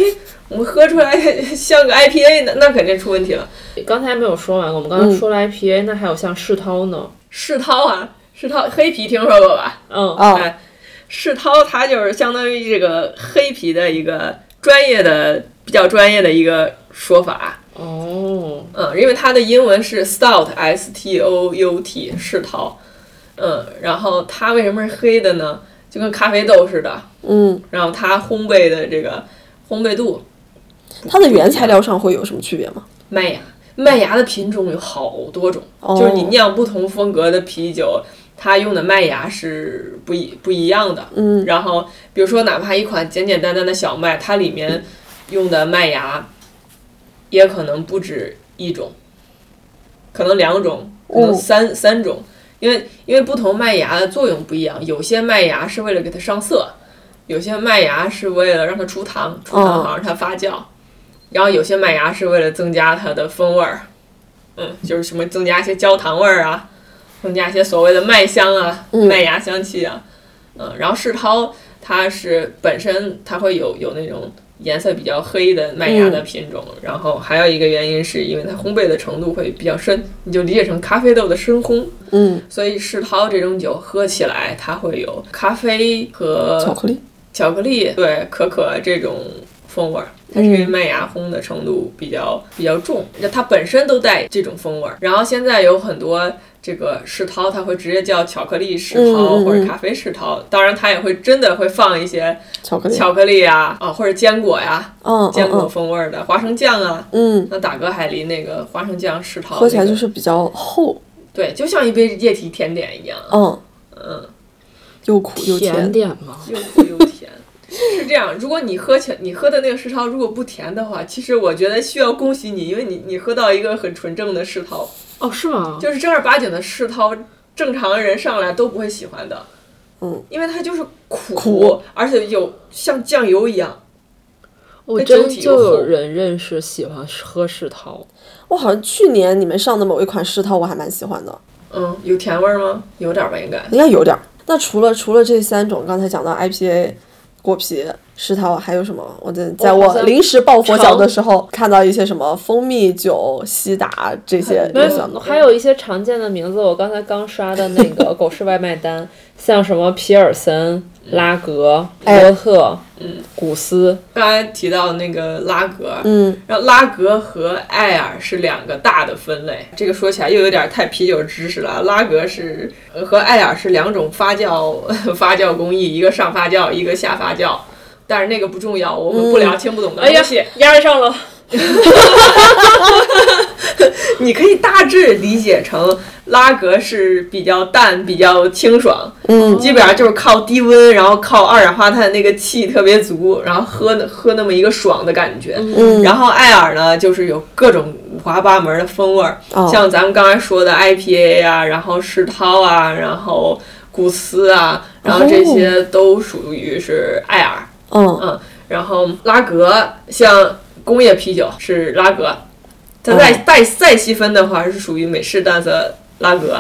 Speaker 1: 我喝出来像个 IPA 那那肯定出问题了。
Speaker 5: 刚才没有说完，我们刚才说了 IPA，、那还有像世涛呢，
Speaker 1: 世涛啊，世涛黑啤听说过吧？
Speaker 5: 嗯，
Speaker 2: 啊
Speaker 1: 哎，世涛它就是相当于这个黑啤的一个专业的比较专业的一个说法。
Speaker 5: 哦，
Speaker 1: 嗯，因为它的英文是 stout s t o u t 世涛，嗯，然后它为什么是黑的呢？就跟咖啡豆似的，
Speaker 2: 嗯，
Speaker 1: 然后它烘焙的这个烘焙度
Speaker 2: 它的原材料上会有什么区别吗？
Speaker 1: 麦芽，麦芽的品种有好多种，
Speaker 2: 哦
Speaker 1: 就是你酿不同风格的啤酒，它用的麦芽是不一不一样的。
Speaker 2: 嗯
Speaker 1: 然后比如说哪怕一款简简单单的小麦，它里面用的麦芽也可能不止一种，可能两种，可能
Speaker 2: 哦
Speaker 1: 三、三种。因为因为不同麦芽的作用不一样，有些麦芽是为了给它上色，有些麦芽是为了让它出糖，出糖好让它发酵，然后有些麦芽是为了增加它的风味儿，嗯，就是什么增加一些焦糖味儿啊，增加一些所谓的麦香啊、
Speaker 2: 嗯
Speaker 1: 麦芽香气啊，嗯，然后世涛它是本身它会有有那种颜色比较黑的麦芽的品种，然后还有一个原因是因为它烘焙的程度会比较深，你就理解成咖啡豆的深烘，
Speaker 2: 嗯，
Speaker 1: 所以世涛这种酒喝起来它会有咖啡和
Speaker 2: 巧克力。
Speaker 1: 巧克力对可可这种风味儿，它是因为
Speaker 2: 嗯
Speaker 1: 麦芽烘的程度比较比较重，那它本身都带这种风味儿。然后现在有很多这个世涛，它会直接叫巧克力世涛
Speaker 2: 嗯嗯嗯
Speaker 1: 或者咖啡世涛，当然它也会真的会放一些
Speaker 2: 巧克力，
Speaker 1: 巧克力呀啊或者坚果呀、
Speaker 2: 嗯
Speaker 1: 坚果
Speaker 2: 嗯
Speaker 1: 风味儿的花生酱啊。
Speaker 2: 嗯，嗯
Speaker 1: 那打嗝海狸那个花生酱世涛、
Speaker 2: 喝起来
Speaker 1: 那个
Speaker 2: 就是比较厚，
Speaker 1: 对，就像一杯液体甜点一样，
Speaker 2: 嗯，
Speaker 1: 嗯，
Speaker 2: 又苦又
Speaker 5: 甜
Speaker 2: 甜。
Speaker 5: 点吗？
Speaker 1: 又苦又甜。是这样，如果你喝起你喝的那个世涛如果不甜的话，其实我觉得需要恭喜你，因为你你喝到一个很纯正的世涛，
Speaker 5: 哦，是吗？
Speaker 1: 就是正儿八经的世涛，正常人上来都不会喜欢的。
Speaker 2: 嗯，
Speaker 1: 因为它就是苦，
Speaker 2: 苦
Speaker 1: 而且有像酱油一样。
Speaker 5: 我
Speaker 1: 跟
Speaker 5: 真
Speaker 1: 酒体
Speaker 5: 就
Speaker 1: 有
Speaker 5: 有
Speaker 1: 后
Speaker 5: 人认识喜欢喝世涛，
Speaker 2: 我好像去年你们上的某一款世涛，我还蛮喜欢的，
Speaker 1: 嗯，有甜味儿吗？有点儿吧，应该。
Speaker 2: 应该有点儿。那除了除了这三种，刚才讲到 IPA、果皮、世涛，还有什么？我在在
Speaker 5: 我好
Speaker 2: 我
Speaker 5: 像
Speaker 2: 临时爆火脚的时候，看到一些什么蜂蜜酒、西达这
Speaker 3: 嗯
Speaker 2: 些，
Speaker 5: 没
Speaker 2: 我想
Speaker 5: 有，
Speaker 2: 到
Speaker 5: 还有一些常见的名字。我刚才刚刷的那 个狗市外卖单，像什么皮尔森、拉格、
Speaker 2: 哎
Speaker 5: 罗特、
Speaker 1: 嗯
Speaker 5: 古斯，
Speaker 1: 刚才提到那个拉格，
Speaker 2: 嗯
Speaker 1: 然后拉格和艾尔是两个大的分类，这个说起来又有点太啤酒知识了。拉格是 呃和艾尔是两种发酵发酵工艺，一个上发酵，一个下发酵，但是那个不重要，我们不聊听不懂的
Speaker 3: 哎呀
Speaker 1: 东西。，
Speaker 3: 压上了，
Speaker 1: 你可以大致理解成拉格是比较淡、比较清爽，
Speaker 2: 嗯，
Speaker 1: 基本上就是靠低温，然后靠二氧化碳那个气特别足，然后喝喝那么一个爽的感觉。
Speaker 2: 嗯，
Speaker 1: 然后艾尔呢，就是有各种五花八门的风味儿，
Speaker 2: 哦
Speaker 1: 像咱们刚才说的 IPA 啊，然后世涛啊，然后古斯啊，然后这
Speaker 2: 哦
Speaker 1: 些都属于是艾尔。
Speaker 2: 嗯
Speaker 1: 嗯，然后拉格像工业啤酒是拉格，它再、
Speaker 2: 哦
Speaker 1: 再再细分的话是属于美式淡色拉格，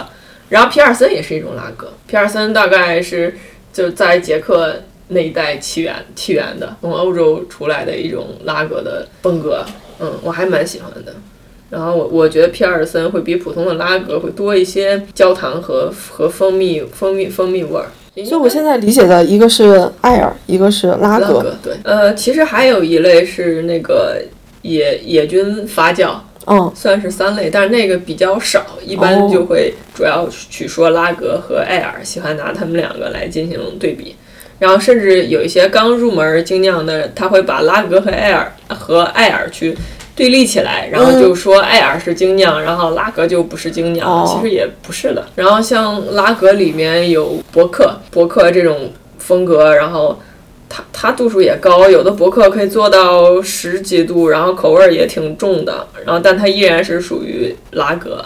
Speaker 1: 然后皮尔森也是一种拉格，皮尔森大概是就在捷克那一带起源起源的，从欧洲出来的一种拉格的风格，嗯，我还蛮喜欢的。然后我我觉得皮尔森会比普通的拉格会多一些焦糖和和蜂蜜蜂蜜蜂蜜味儿。
Speaker 2: 所以我现在理解的一个是艾尔，一个是拉
Speaker 1: 拉
Speaker 2: 格，
Speaker 1: 格对，呃，其实还有一类是那个野野菌发酵，
Speaker 2: 嗯
Speaker 1: 算是三类，但是那个比较少，一
Speaker 2: 哦
Speaker 1: 般就会主要去说拉格和艾尔，喜欢拿他们两个来进行对比。然后甚至有一些刚入门精酿的，他会把拉格和艾尔和艾尔去对立起来，然后就说艾尔是精酿，然后拉格就不是精酿，
Speaker 2: 哦
Speaker 1: 其实也不是的。然后像拉格里面有伯克，伯克这种风格，然后它它度数也高，有的博客可以做到十几度，然后口味儿也挺重的，然后但它依然是属于拉格，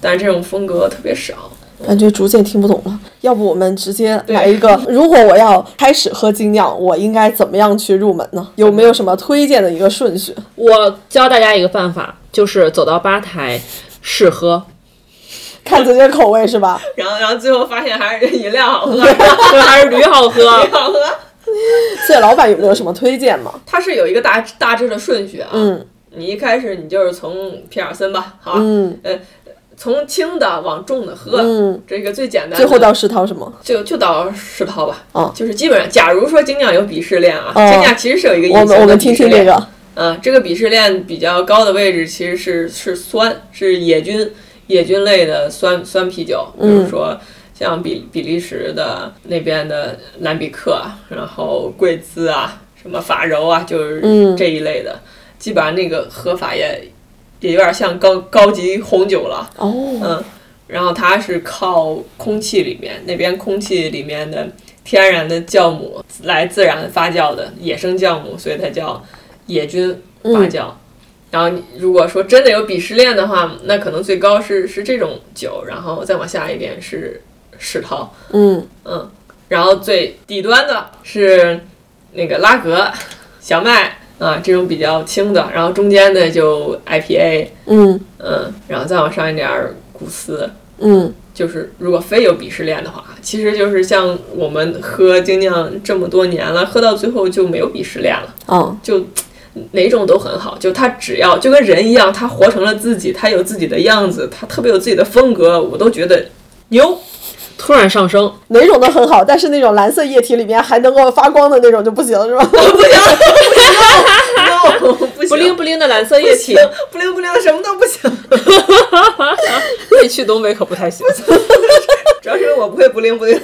Speaker 1: 但是这种风格特别少。
Speaker 2: 感觉逐渐听不懂了。要不我们直接来一个，如果我要开始喝精酿，我应该怎么样去入门呢？有没有什么推荐的一个顺序？
Speaker 5: 我教大家一个办法，就是走到吧台试 喝，
Speaker 2: 看自己的口味是吧？
Speaker 1: 然后然后最后发现还是饮料好喝，
Speaker 5: 对，还是驴好喝。
Speaker 1: 好喝。
Speaker 2: 谢老板有没有什么推荐吗？
Speaker 1: 它是有一个大大致的顺序啊，
Speaker 2: 嗯
Speaker 1: 你一开始你就是从皮尔森吧，好吧，
Speaker 2: 嗯
Speaker 1: 从轻的往重的喝，
Speaker 2: 嗯，
Speaker 1: 这个最简单的。
Speaker 2: 最后到世涛什么？
Speaker 1: 就就到世涛吧，
Speaker 2: 哦
Speaker 1: 就是基本上，假如说精酿有鄙视链啊，
Speaker 2: 哦
Speaker 1: 精酿其实是有一个隐
Speaker 2: 我
Speaker 1: 形
Speaker 2: 们
Speaker 1: 的
Speaker 2: 我们
Speaker 1: 鄙
Speaker 2: 听
Speaker 1: 视
Speaker 2: 听
Speaker 1: 链
Speaker 2: 这。个，
Speaker 1: 嗯、这个鄙视链比较高的位置其实是是酸，是野菌野菌类的酸酸啤酒，比如说像比比利时的那边的兰比克啊，然后贵兹啊，什么法柔啊，就是
Speaker 2: 嗯
Speaker 1: 这一类的，基本上那个喝法也也有点像高高级红酒了。
Speaker 2: 哦，
Speaker 1: 嗯，然后它是靠空气里面那边空气里面的天然的酵母来自然发酵的野生酵母，所以它叫野菌发酵。然后你如果说真的有鄙视链的话，那可能最高是是这种酒，然后再往下一点是世涛，
Speaker 2: 嗯
Speaker 1: 嗯，然后最底端的是那个拉格、小麦啊这种比较轻的，然后中间的就 IPA，
Speaker 2: 嗯
Speaker 1: 嗯，然后再往上一点儿古斯，
Speaker 2: 嗯
Speaker 1: 就是如果非有鄙视链的话，其实就是像我们喝精酿这么多年了，喝到最后就没有鄙视链了，
Speaker 2: 啊
Speaker 1: 就哪种都很好，就他只要就跟人一样，他活成了自己，他有自己的样子，他特别有自己的风格，我都觉得牛。
Speaker 5: 突然上升，
Speaker 2: 哪种都很好，但是那种蓝色液体里面还能够发光的那种就不行，是吧？
Speaker 1: no，不行，
Speaker 5: 不灵不灵的蓝色
Speaker 1: 不
Speaker 5: 液体
Speaker 1: 行，，不灵不灵的什么都不行，
Speaker 5: 你去东北可不太行。
Speaker 1: 主要是因为我不会不灵不灵。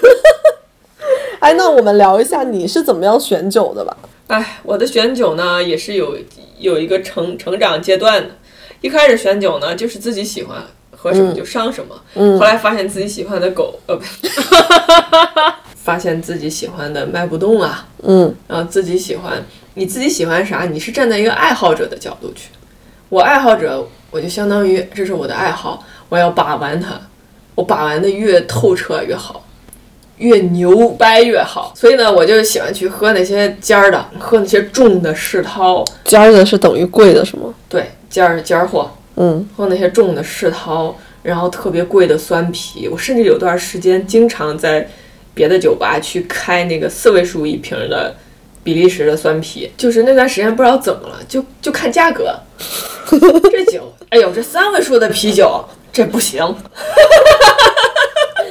Speaker 2: 哎，那我们聊一下你是怎么样选酒的吧？
Speaker 1: 哎，我的选酒呢也是有有一个成成长阶段的。一开始选酒呢，就是自己喜欢喝什么就上什么，
Speaker 2: 嗯
Speaker 1: 后来发现自己喜欢的狗，呃，不， 发现自己喜欢的卖不动啊，
Speaker 2: 嗯
Speaker 1: 然后自己喜欢你自己喜欢啥，你是站在一个爱好者的角度去。我爱好者，我就相当于这是我的爱好，我要把玩它，我把玩的越透彻越好，越牛掰越好。所以呢，我就喜欢去喝那些尖儿的，喝那些重的世涛，
Speaker 2: 尖儿的是等于贵的，是吗？
Speaker 1: 对，尖儿尖儿货，
Speaker 2: 嗯
Speaker 1: 喝那些重的世涛，然后特别贵的酸啤。我甚至有段时间经常在别的酒吧去开那个四位数一瓶的比利时的酸啤，就是那段时间不知道怎么了，就就看价格。这酒，哎呦，这三位数的啤酒，这不行。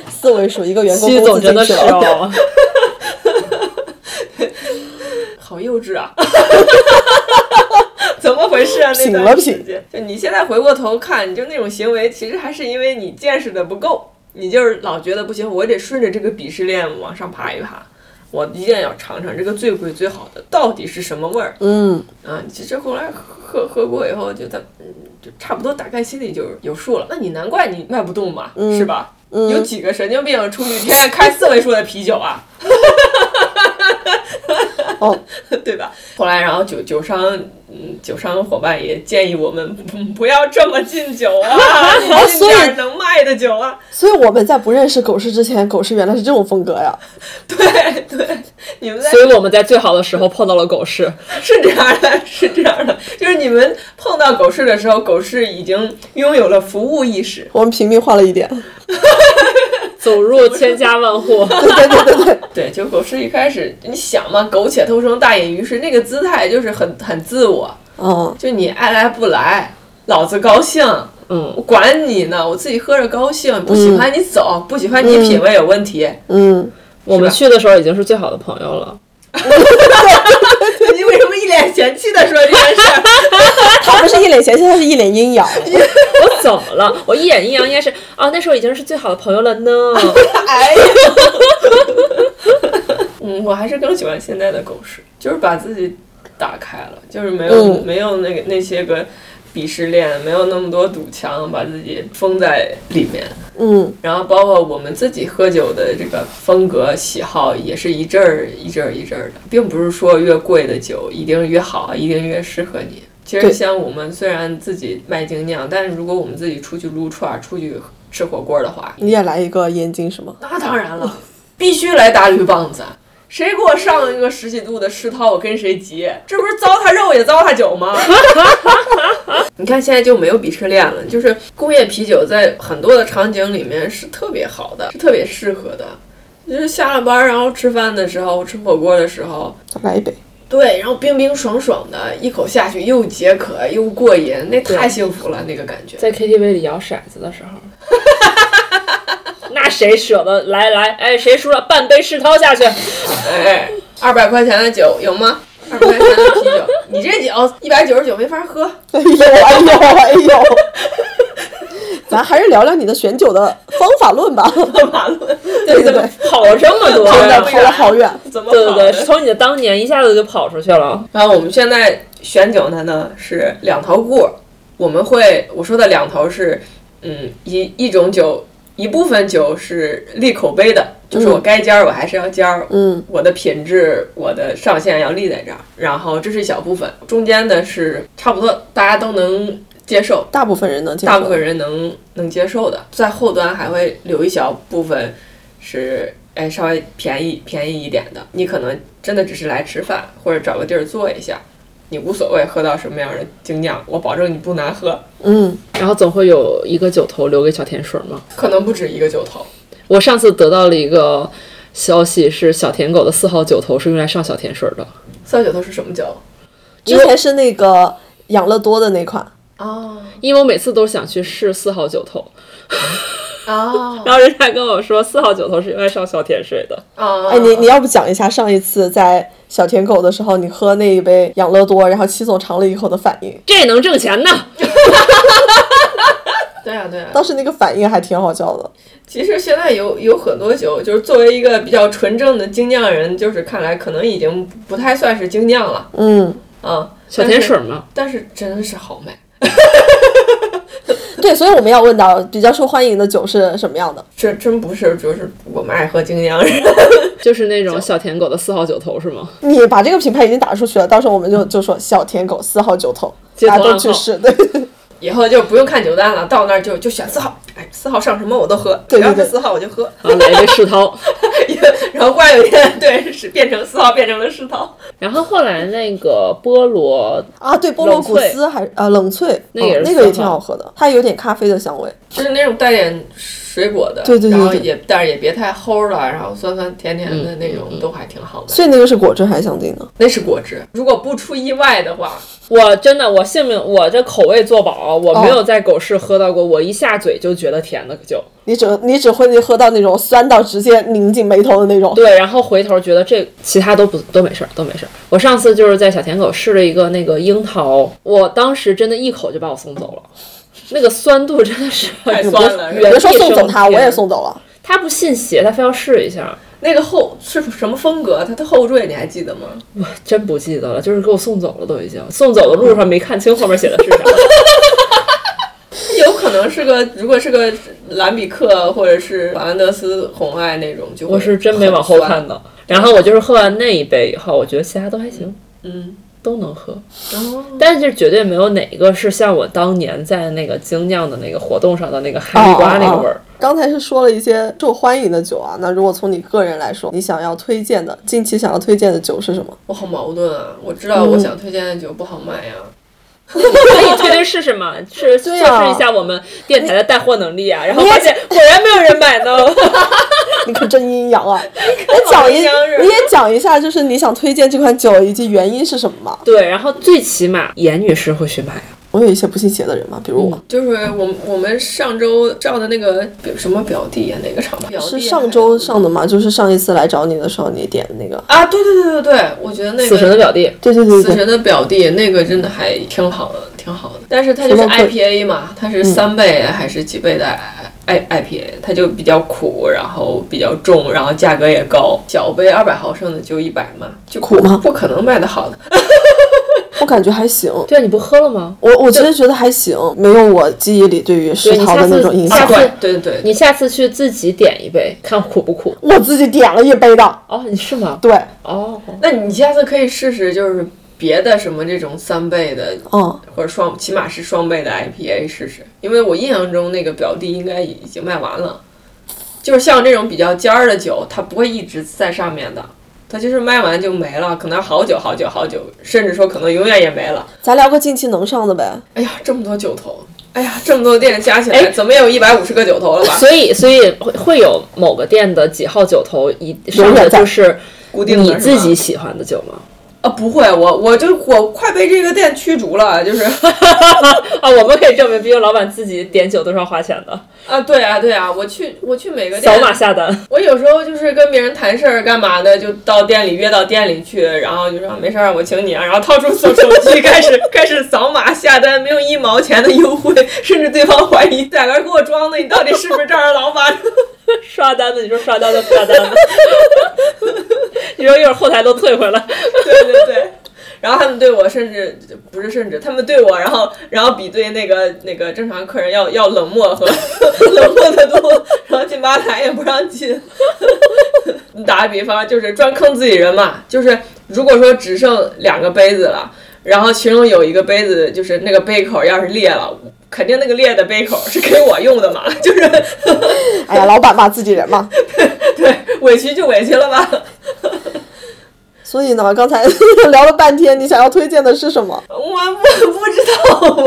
Speaker 2: 四位数一个员工
Speaker 5: 西
Speaker 2: 工
Speaker 5: 总
Speaker 2: 资
Speaker 5: 真
Speaker 2: 进
Speaker 5: 的
Speaker 2: 去
Speaker 5: 是
Speaker 2: 了，
Speaker 5: 哦，
Speaker 1: 好幼稚啊！ 怎么回事啊？那
Speaker 2: 品
Speaker 1: 段
Speaker 2: 了
Speaker 1: 时
Speaker 2: 品
Speaker 1: 间就你现在回过头看，你就那种行为，其实还是因为你见识的不够，你就是老觉得不行，我得顺着这个鄙视链往上爬一爬。我一定要尝尝这个最贵最好的到底是什么味儿
Speaker 2: 嗯，
Speaker 1: 啊！其实后来喝喝过以后，就咱嗯就差不多大概心里就有数了。那你难怪你卖不动嘛，
Speaker 2: 嗯
Speaker 1: 是吧？有几个神经病出去天天开四位数的啤酒啊？
Speaker 2: 哦，
Speaker 1: 对吧？后来，然后酒酒商，嗯，酒商伙伴也建议我们不不要这么进酒啊，你
Speaker 2: 哦
Speaker 1: 进
Speaker 2: 所以
Speaker 1: 点能卖的酒啊。
Speaker 2: 所以我们在不认识狗市之前，狗市原来是这种风格呀。
Speaker 1: 对对，你们在
Speaker 3: 所以我们在最好的时候碰到了狗市，
Speaker 1: 是这样的，是这样的，就是你们碰到狗市的时候，狗市已经拥有了服务意识。
Speaker 2: 我们平民化了一点，
Speaker 3: 走入千家 万户。
Speaker 2: 对对对对对，
Speaker 1: 对，就狗市一开始，你想嘛，苟且偷生，大隐于市，那个姿态就是很很自我，
Speaker 2: 嗯，
Speaker 1: 就你爱来不来，老子高兴，
Speaker 3: 嗯
Speaker 1: 我管你呢，我自己喝着高兴，不喜欢你走，不喜欢你品味有问题，
Speaker 2: 嗯，
Speaker 3: 我们去的时候已经是最好的朋友了。
Speaker 1: 你为什么一脸嫌弃的说这件事儿？
Speaker 2: 他不是一脸嫌弃，他是一脸阴 阳。
Speaker 3: 我 怎么了？我一眼一阳应该是啊，那时候已经是最好的朋友了呢。
Speaker 1: 哎呀，嗯，我还是更喜欢现在的狗屎，就是把自己打开了，就是没有、
Speaker 2: 嗯
Speaker 1: 没有那个那些个鄙视链，没有那么多堵墙，把自己封在里面。
Speaker 2: 嗯
Speaker 1: 然后包括我们自己喝酒的这个风格喜好，也是一阵儿一阵儿一阵儿的，并不是说越贵的酒一定越好，一定越适合你。其实
Speaker 2: 对
Speaker 1: 像我们虽然自己卖精酿，但是如果我们自己出去撸串儿、出去吃火锅的话，
Speaker 2: 你也来一个燕京是吗？
Speaker 1: 那当然了，必须来打铝棒子。谁给我上一个十几度的世涛，我跟谁急？这不是糟蹋肉也糟蹋酒 吗？你看现在就没有鄙视链了，就是工业啤酒在很多的场景里面是特别好的，是特别适合的。就是下了班儿，然后吃饭的时候，吃火锅的时候，
Speaker 2: 再来一杯。
Speaker 1: 对，然后冰冰爽爽的，一口下去又解渴又过瘾，那太幸福了，那个感 觉。
Speaker 3: 在 KTV 里摇骰子的时候， 那谁舍得来来？哎，谁输了半杯世涛下去？
Speaker 1: 哎，二百块钱的酒有吗？二百块钱的啤酒，你这酒一百九十九没法喝。
Speaker 2: 哎呦哎呦哎呦！ 咱还是聊聊你的选酒的方法论吧。
Speaker 1: 马路
Speaker 3: 对啊怎么跑了这么 多
Speaker 2: 真的
Speaker 3: 呀？
Speaker 2: 跑了好远。
Speaker 1: 怎么
Speaker 3: 对对对，
Speaker 1: 跑的
Speaker 3: 从你的当年一下子就跑出去了。
Speaker 1: 然后我们现在选酒的呢是两头顾，我们会我说的两头是，嗯，一一种酒，一部分酒是利口碑的，就是我该尖儿我还是要尖儿，
Speaker 2: 嗯
Speaker 1: 我的品质，我的上限要立在这儿。然后这是一小部分，中间的是差不多大家都能接受，
Speaker 2: 大部分人能接受。
Speaker 1: 大部分人能能接受的，在后端还会留一小部分是哎稍微便宜便宜一点的，你可能真的只是来吃饭或者找个地儿坐一下，你无所谓喝到什么样的精酿，我保证你不难喝，
Speaker 2: 嗯，
Speaker 3: 然后总会有一个酒头留给小甜水嘛。
Speaker 1: 可能不止一个酒头。
Speaker 3: 我上次得到了一个消息，是小舔狗的四号酒头是用来上小甜水的。
Speaker 1: 四号酒头是什么酒？
Speaker 2: 之前是那个养乐多的那款。
Speaker 1: 哦
Speaker 3: 因为我每次都想去试四号酒头，
Speaker 1: 哦
Speaker 3: 然后人家跟我说四号酒头是用来上小甜水的。
Speaker 1: 哦！
Speaker 2: 哎，你你要不讲一下上一次在小舔狗的时候，你喝那一杯养乐多，然后齐总尝了以后的反应？
Speaker 3: 这能挣钱呢？
Speaker 1: 对啊对啊。
Speaker 2: 当时那个反应还挺好笑的。
Speaker 1: 其实现在有有很多酒，就是作为一个比较纯正的精酿人，就是看来可能已经不太算是精酿了
Speaker 2: 嗯，
Speaker 1: 啊。
Speaker 3: 小甜水嘛，
Speaker 1: 但是，但是真的是好卖。
Speaker 2: 对，所以我们要问到比较受欢迎的酒是什么样的？
Speaker 1: 这真不是，就是我们爱喝精酿人。
Speaker 3: 就是那种小舔狗的四号酒头是 吗？
Speaker 2: 你把这个品牌已经打出去了，到时候我们就就说小舔狗四号酒头，
Speaker 3: 嗯街头
Speaker 2: 大家都
Speaker 3: 暗
Speaker 2: 去
Speaker 3: 号
Speaker 2: 试。 对，
Speaker 1: 以后就不用看酒单了，到那儿就就选四号，哎，四号上什么我都喝，
Speaker 2: 对对
Speaker 1: 只要
Speaker 2: 对
Speaker 1: 是四号我就喝。
Speaker 3: 啊，来一个世涛。
Speaker 1: 然后过来有一天，对，是变成四号变成了世涛，
Speaker 3: 然后后来那个菠萝，
Speaker 2: 啊，对，菠萝古斯还呃冷萃，
Speaker 3: 那也是
Speaker 2: 哦、那
Speaker 3: 四
Speaker 2: 个也
Speaker 3: 号
Speaker 2: 挺好喝的，它有点咖啡的香味。
Speaker 1: 就是那种带点水果的，
Speaker 2: 对对对
Speaker 1: 然后
Speaker 2: 对嗯
Speaker 1: 也但是也别太齁了，然后酸酸甜甜的那种、都还挺好的。
Speaker 2: 所以那个是果汁还是香精呢？
Speaker 1: 那是果汁，如果不出意外的话，
Speaker 3: 我真的我性命我这口味做保，我没
Speaker 2: 哦
Speaker 3: 有在狗市喝到过，我一下嘴就觉得甜的酒。
Speaker 2: 你只你只会喝到那种酸到直接拧紧眉头的那种。
Speaker 3: 对，然后回头觉得这其他都不都没事儿，都没事儿。我上次就是在小舔狗试了一个那个樱桃，我当时真的一口就把我送走了，那个酸度真的是
Speaker 1: 太
Speaker 3: 远
Speaker 1: 酸了是吧
Speaker 3: 远
Speaker 2: 别说
Speaker 3: 比
Speaker 2: 送走
Speaker 3: 升
Speaker 2: 它，我
Speaker 3: 天
Speaker 2: 也送走了。
Speaker 3: 他不信邪，他非要试一下。
Speaker 1: 那个后是什么风格？它的后缀你还记得吗？
Speaker 3: 真不记得了，就是给我送走了都已经。送走的路上没看清后面写的是啥。
Speaker 1: 有可能是个，如果是个兰比克或者是法兰德斯红爱那种，就会
Speaker 3: 我是真没往后
Speaker 1: 很
Speaker 3: 看
Speaker 1: 酸。
Speaker 3: 的。然后我就是喝完那一杯以后，我觉得其他都还行，
Speaker 1: 嗯，
Speaker 3: 都能喝，
Speaker 1: 然后
Speaker 3: 但是绝对没有哪一个是像我当年在那个精酿的那个活动上的那个哈密瓜那个味儿。
Speaker 2: 刚才是说了一些受欢迎的酒啊，那如果从你个人来说，你想要推荐的近期想要推荐的酒是什 么？
Speaker 1: 我好矛盾啊！我知
Speaker 3: 嗯
Speaker 1: 道我想推荐的酒不好卖啊呀、
Speaker 3: 可以推推试试嘛，是测
Speaker 2: 对
Speaker 3: 试
Speaker 2: 啊
Speaker 3: 一下我们电台的带货能力啊。然后
Speaker 2: 你也
Speaker 3: 发现果然没有人买呢。
Speaker 2: 你可真阴阳啊！你讲一，
Speaker 1: 阴阳人
Speaker 2: 你也讲一下，就是你想推荐这款酒以及原因是什么吗？
Speaker 3: 对，然后最起码严女士会去买啊。
Speaker 2: 我有一些不信邪的人嘛，比如我、
Speaker 1: 就是我们我们上周上的那个表什么表弟啊，哪个厂牌？表弟
Speaker 2: 是
Speaker 1: 啊
Speaker 2: 上周上的嘛，就是上一次来找你的时候你点的那个，
Speaker 1: 啊？对对对对对，我觉得那个
Speaker 3: 死神的表弟，
Speaker 2: 对对对
Speaker 1: 死
Speaker 2: 对对，
Speaker 1: 神的表弟那个真的还挺好的，挺好的。但是它就是
Speaker 2: 说到这
Speaker 1: IPA 嘛，它
Speaker 2: 嗯
Speaker 1: 是三倍还是几倍的 I I IPA，它就比较苦，然后比较重，然后价格也高。小杯二百毫升的就一百嘛，就
Speaker 2: 苦吗
Speaker 1: 不可能卖的好的。
Speaker 2: 我感觉还行。
Speaker 3: 对啊，你不喝了吗？
Speaker 2: 我我其实觉得还行，没有我记忆里对于食
Speaker 3: 对你
Speaker 2: 堂
Speaker 3: 下
Speaker 2: 的那
Speaker 3: 次
Speaker 2: 种印
Speaker 3: 下
Speaker 2: 象
Speaker 3: 次。
Speaker 1: 对对对对，
Speaker 3: 你下次去自己点一杯，看苦不苦。
Speaker 2: 我自己点了一杯的，
Speaker 3: 哦，你是吗？
Speaker 2: 对，
Speaker 3: 哦，
Speaker 1: 那你下次可以试试，就是别的什么这种三倍的
Speaker 2: 嗯，
Speaker 1: 或者双，起码是双倍的 IPA 试试，因为我印象中那个表弟应该已已经卖完了。就是像这种比较尖儿的酒，它不会一直在上面的，它就是卖完就没了，可能好久好久好久，甚至说可能永远也没了。
Speaker 2: 咱聊个近期能上的呗。
Speaker 1: 哎呀，这么多酒头，哎呀，这么多店加起来，
Speaker 3: 哎
Speaker 1: 怎么也有一百五十个酒头了吧？
Speaker 3: 所以，所以会会有某个店的几号酒头一上
Speaker 2: 永
Speaker 3: 的
Speaker 2: 远在
Speaker 3: 就是
Speaker 1: 固定的
Speaker 3: 你
Speaker 1: 是吧
Speaker 3: 自己喜欢的酒吗？
Speaker 1: 啊，不会，我我就我快被这个店驱逐了，就是
Speaker 3: 啊，我们可以证明，毕竟老板自己点酒都是要花钱的，
Speaker 1: 啊，对啊对啊，我去我去每个店
Speaker 3: 扫码下单。
Speaker 1: 我有时候就是跟别人谈事儿干嘛的，就到店里约到店里去，然后就说没事儿，我请你啊，然后掏出手手机 开始开始扫码下单，没有一毛钱的优惠，甚至对方怀疑在那儿给我装的，你到底是不是这儿的老板？
Speaker 3: 刷单的，你说刷单的不刷单的， 你说一会儿后台都退回来。
Speaker 1: 对对对。 然后他们对我甚至不是甚至，他们对我，然后然后比对那个那个正常客人要要冷漠和 冷漠的多，然后进吧台也不让进。 打个比方，就是专坑自己人嘛，就是如果说只剩两个杯子了，然后其中有一个杯子就是那个杯口要是裂了，肯定那个裂的杯口是给我用的嘛， 就是
Speaker 2: 哎呀，老板嘛，自己人嘛。
Speaker 1: 对委屈就委屈了吧。
Speaker 2: 所以呢，刚才 聊了半天，你想要推荐的是什么？
Speaker 1: 我不不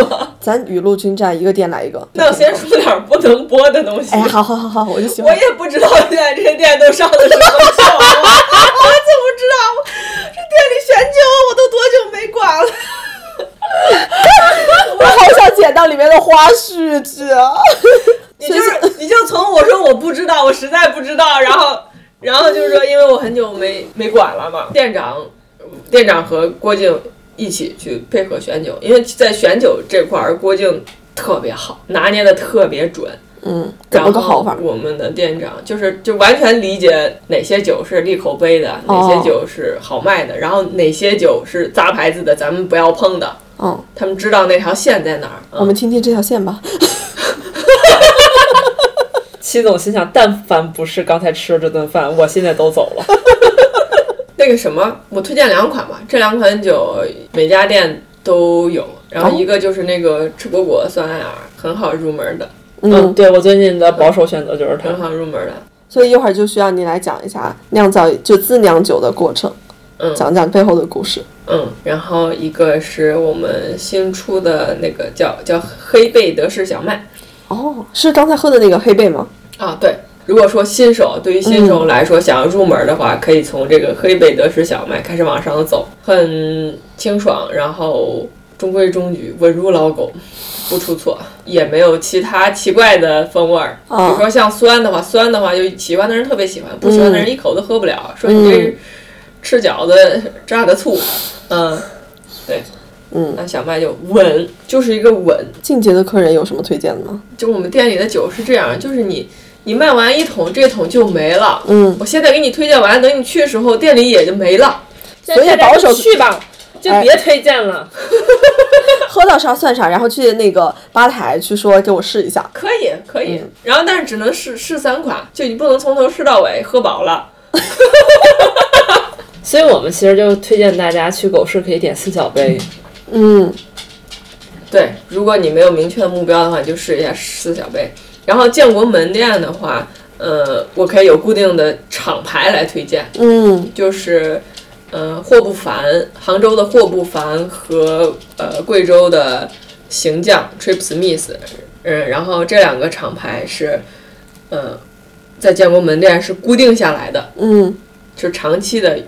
Speaker 1: 知道啊，
Speaker 2: 咱雨露均沾，一个店来一个。
Speaker 1: 那我先说点儿不能播的东西。
Speaker 2: 哎呀，好好好好，我就喜
Speaker 1: 我
Speaker 2: 欢。
Speaker 1: 也不知道现在这些店都上的什么酒啊， 我怎么知道？这店里选酒我都多久没管了？
Speaker 2: 我好想捡到里面的花絮去啊！
Speaker 1: 你就是你就从我说我不知道，我实在不知道，然后然后就是说，因为我很久没没管了嘛，店长店长和郭靖一起去配合选酒，因为在选酒这块儿，郭靖特别好，拿捏的特别准。
Speaker 2: 嗯，怎么个好法
Speaker 1: 然后？我们的店长就是就完全理解哪些酒是利口碑的，哪些酒是好卖的，然后哪些酒是杂牌子的，咱们不要碰的。
Speaker 2: 嗯，
Speaker 1: 他们知道那条线在哪儿。嗯
Speaker 2: 我们听听这条线吧。
Speaker 3: 齐总心想，但凡不是刚才吃了这顿饭，我现在都走了。
Speaker 1: 嗯那个什么，我推荐两款吧，这两款酒每家店都有。然后一个就是那个赤果果酸艾尔，很好入门的，
Speaker 3: 嗯，
Speaker 2: 嗯，
Speaker 3: 对我最近的保守选择就是它
Speaker 1: 很。好入门的。
Speaker 2: 所以一会儿就需要你来讲一下酿造就自酿酒的过程，
Speaker 1: 嗯
Speaker 2: 讲讲背后的故事。
Speaker 1: 嗯，然后一个是我们新出的那个叫叫黑贝德式小麦，
Speaker 2: 哦，是刚才喝的那个黑贝吗？
Speaker 1: 啊，对。如果说新手对于新手来说，想要入门的话，可以从这个黑贝德式小麦开始往上走，很清爽，然后中规中矩，稳如老狗，不出错，也没有其他奇怪的风味儿。比如
Speaker 2: 啊，
Speaker 1: 说像酸的话，酸的话就喜欢的人特别喜欢，不喜欢的人一口都喝不了，说你这是吃饺子榨的醋，嗯，对，
Speaker 2: 嗯
Speaker 1: 那小麦就稳，就是一个稳，
Speaker 2: 进阶的客人有什么推荐的吗？
Speaker 1: 就我们店里的酒是这样，就是你你卖完一桶，这桶就没了。
Speaker 2: 嗯，
Speaker 1: 我现在给你推荐完，等你去的时候，店里也就没了。
Speaker 2: 所以保守
Speaker 5: 去吧，就
Speaker 3: 哎
Speaker 5: 别推荐了。
Speaker 2: 喝到啥算啥，然后去那个吧台去说给我试一下。
Speaker 1: 可以，可以。
Speaker 2: 嗯
Speaker 1: 然后，但是只能试试三款，就你不能从头试到尾，喝饱了。
Speaker 5: 所以我们其实就推荐大家去狗市可以点四小杯，
Speaker 2: 嗯，
Speaker 1: 对，如果你没有明确的目标的话，你就试一下四小杯。然后建国门店的话，呃，我可以有固定的厂牌来推荐，
Speaker 2: 嗯，
Speaker 1: 就是，呃，霍不凡，杭州的霍不凡和呃贵州的行将 Trip Smith，嗯，然后这两个厂牌是，呃，在建国门店是固定下来的，
Speaker 2: 嗯，
Speaker 1: 就长期的，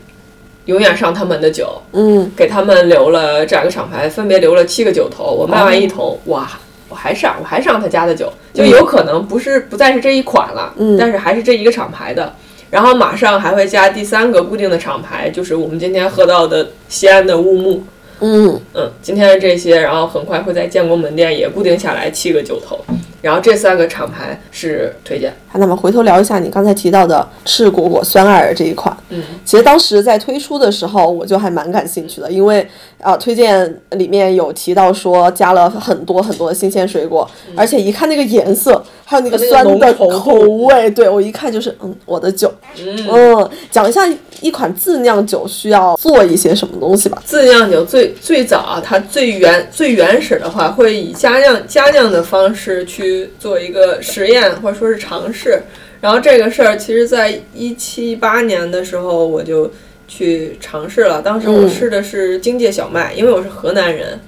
Speaker 1: 永远上他们的酒。
Speaker 2: 嗯，
Speaker 1: 给他们留了这两个厂牌，分别留了七个酒头。我卖完一桶，哇，我还上，我还上他家的酒，就有可能不是不再是这一款了，
Speaker 2: 嗯
Speaker 1: 但是还是这一个厂牌的。然后马上还会加第三个固定的厂牌，就是我们今天喝到的西安的乌木，
Speaker 2: 嗯，
Speaker 1: 嗯，今天的这些，然后很快会在建国门店也固定下来七个酒头。然后这三个厂牌是推荐，
Speaker 2: 好，那么回头聊一下你刚才提到的赤果果酸艾尔这一款。
Speaker 1: 嗯，
Speaker 2: 其实当时在推出的时候，我就还蛮感兴趣的，因为啊、推荐里面有提到说加了很多很多的新鲜水果，而且一看那个颜色，还有那个
Speaker 5: 和那个
Speaker 2: 酸的
Speaker 5: 浓稠度
Speaker 2: 口味，对我一看就是嗯，我的酒。
Speaker 1: 嗯，
Speaker 2: 嗯，讲一下一款自酿酒需要做一些什么东西吧。
Speaker 1: 自酿酒最最早啊，它最原最原始的话，会以加酿加酿的方式去做一个实验，或者说是尝试。然后这个事儿，其实在一七八年的时候，我就去尝试了。当时我
Speaker 2: 嗯
Speaker 1: 试的是荆芥小麦，因为我是河南人，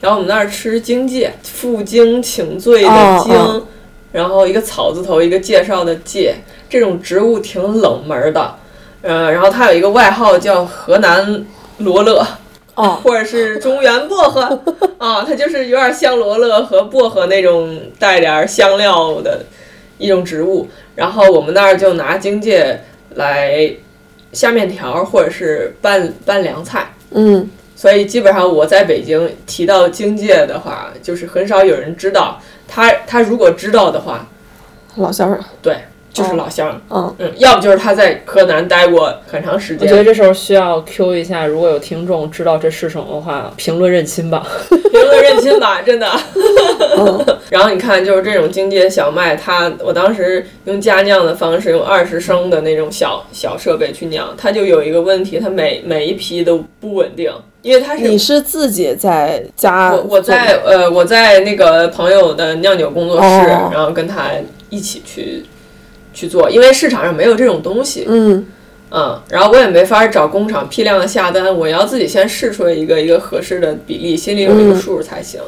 Speaker 1: 然后我们那儿吃荆芥，负荆请罪的
Speaker 2: 哦
Speaker 1: 荆，
Speaker 2: 哦
Speaker 1: 然后一个草字头，一个介绍的介，这种植物挺冷门儿的。呃，然后它有一个外号叫河南罗勒，
Speaker 2: 哦，
Speaker 1: 或者是中原薄荷 啊，它就是有点像罗勒和薄荷那种带点儿香料的一种植物。然后我们那儿就拿荆芥来下面条儿，或者是拌拌凉菜。
Speaker 2: 嗯
Speaker 1: 所以基本上我在北京提到荆芥的话，就是很少有人知道。他他如果知道的话，
Speaker 2: 老乡儿，
Speaker 1: 对，就是
Speaker 2: 哦
Speaker 1: 老乡儿。
Speaker 2: 嗯
Speaker 1: 嗯，要不就是他在河南待过很长时
Speaker 5: 我
Speaker 1: 间
Speaker 3: 哦
Speaker 5: 觉。得这时候需要 Q 一下，如果有听众知道这是什么的话，评论认亲吧。
Speaker 1: 评论认亲吧，真的。
Speaker 2: 嗯
Speaker 1: 然后你看，就是这种荆芥小麦，它我当时用加酿的方式，用二十升的那种小小设备去酿，它就有一个问题，它每每一批都不稳定，因为它是
Speaker 2: 你是自己在家
Speaker 1: 我我
Speaker 2: 做
Speaker 1: 在呃我在那个朋友的酿酒工作室，
Speaker 2: 哦
Speaker 1: 然后跟他一起去去做，因为市场上没有这种东西，
Speaker 2: 嗯
Speaker 1: 嗯，然后我也没法找工厂批量的下单，我要自己先试出一个一个合适的比例，心里有一个数才行。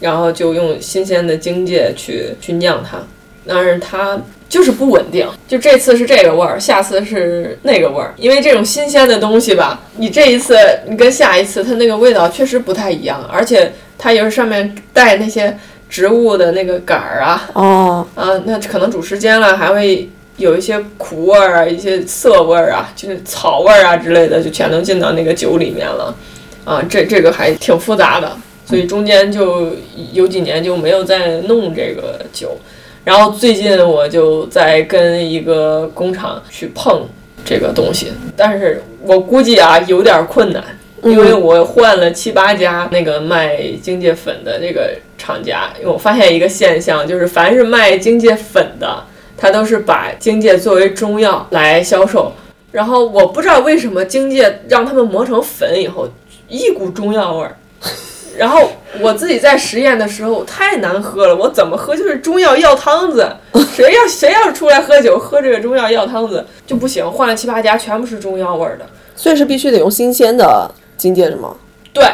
Speaker 1: 然后就用新鲜的荆芥去去酿它，但是它就是不稳定，就这次是这个味儿，下次是那个味儿。因为这种新鲜的东西吧，你这一次你跟下一次它那个味道确实不太一样，而且它也是上面带那些植物的那个杆儿啊，
Speaker 2: 哦
Speaker 1: 啊，那可能煮时间了，还会有一些苦味儿啊，一些涩味儿啊，就是草味儿啊之类的，就全都进到那个酒里面了。啊，这这个还挺复杂的，所以中间就有几年就没有再弄这个酒。然后最近我就在跟一个工厂去碰这个东西，但是我估计啊有点困难，因为我换了七八家那个卖荆芥粉的那个厂家，因为我发现一个现象，就是凡是卖荆芥粉的，他都是把荆芥作为中药来销售。然后我不知道为什么荆芥让他们磨成粉以后，一股中药味儿。 然后我自己在实验的时候太难喝了，我怎么喝就是中药药汤子，谁要谁要是出来喝酒喝这个中药药汤子就不行，换了七八家全部是中药味儿的。
Speaker 2: 所以是必须得用新鲜的金戒指吗？
Speaker 1: 对，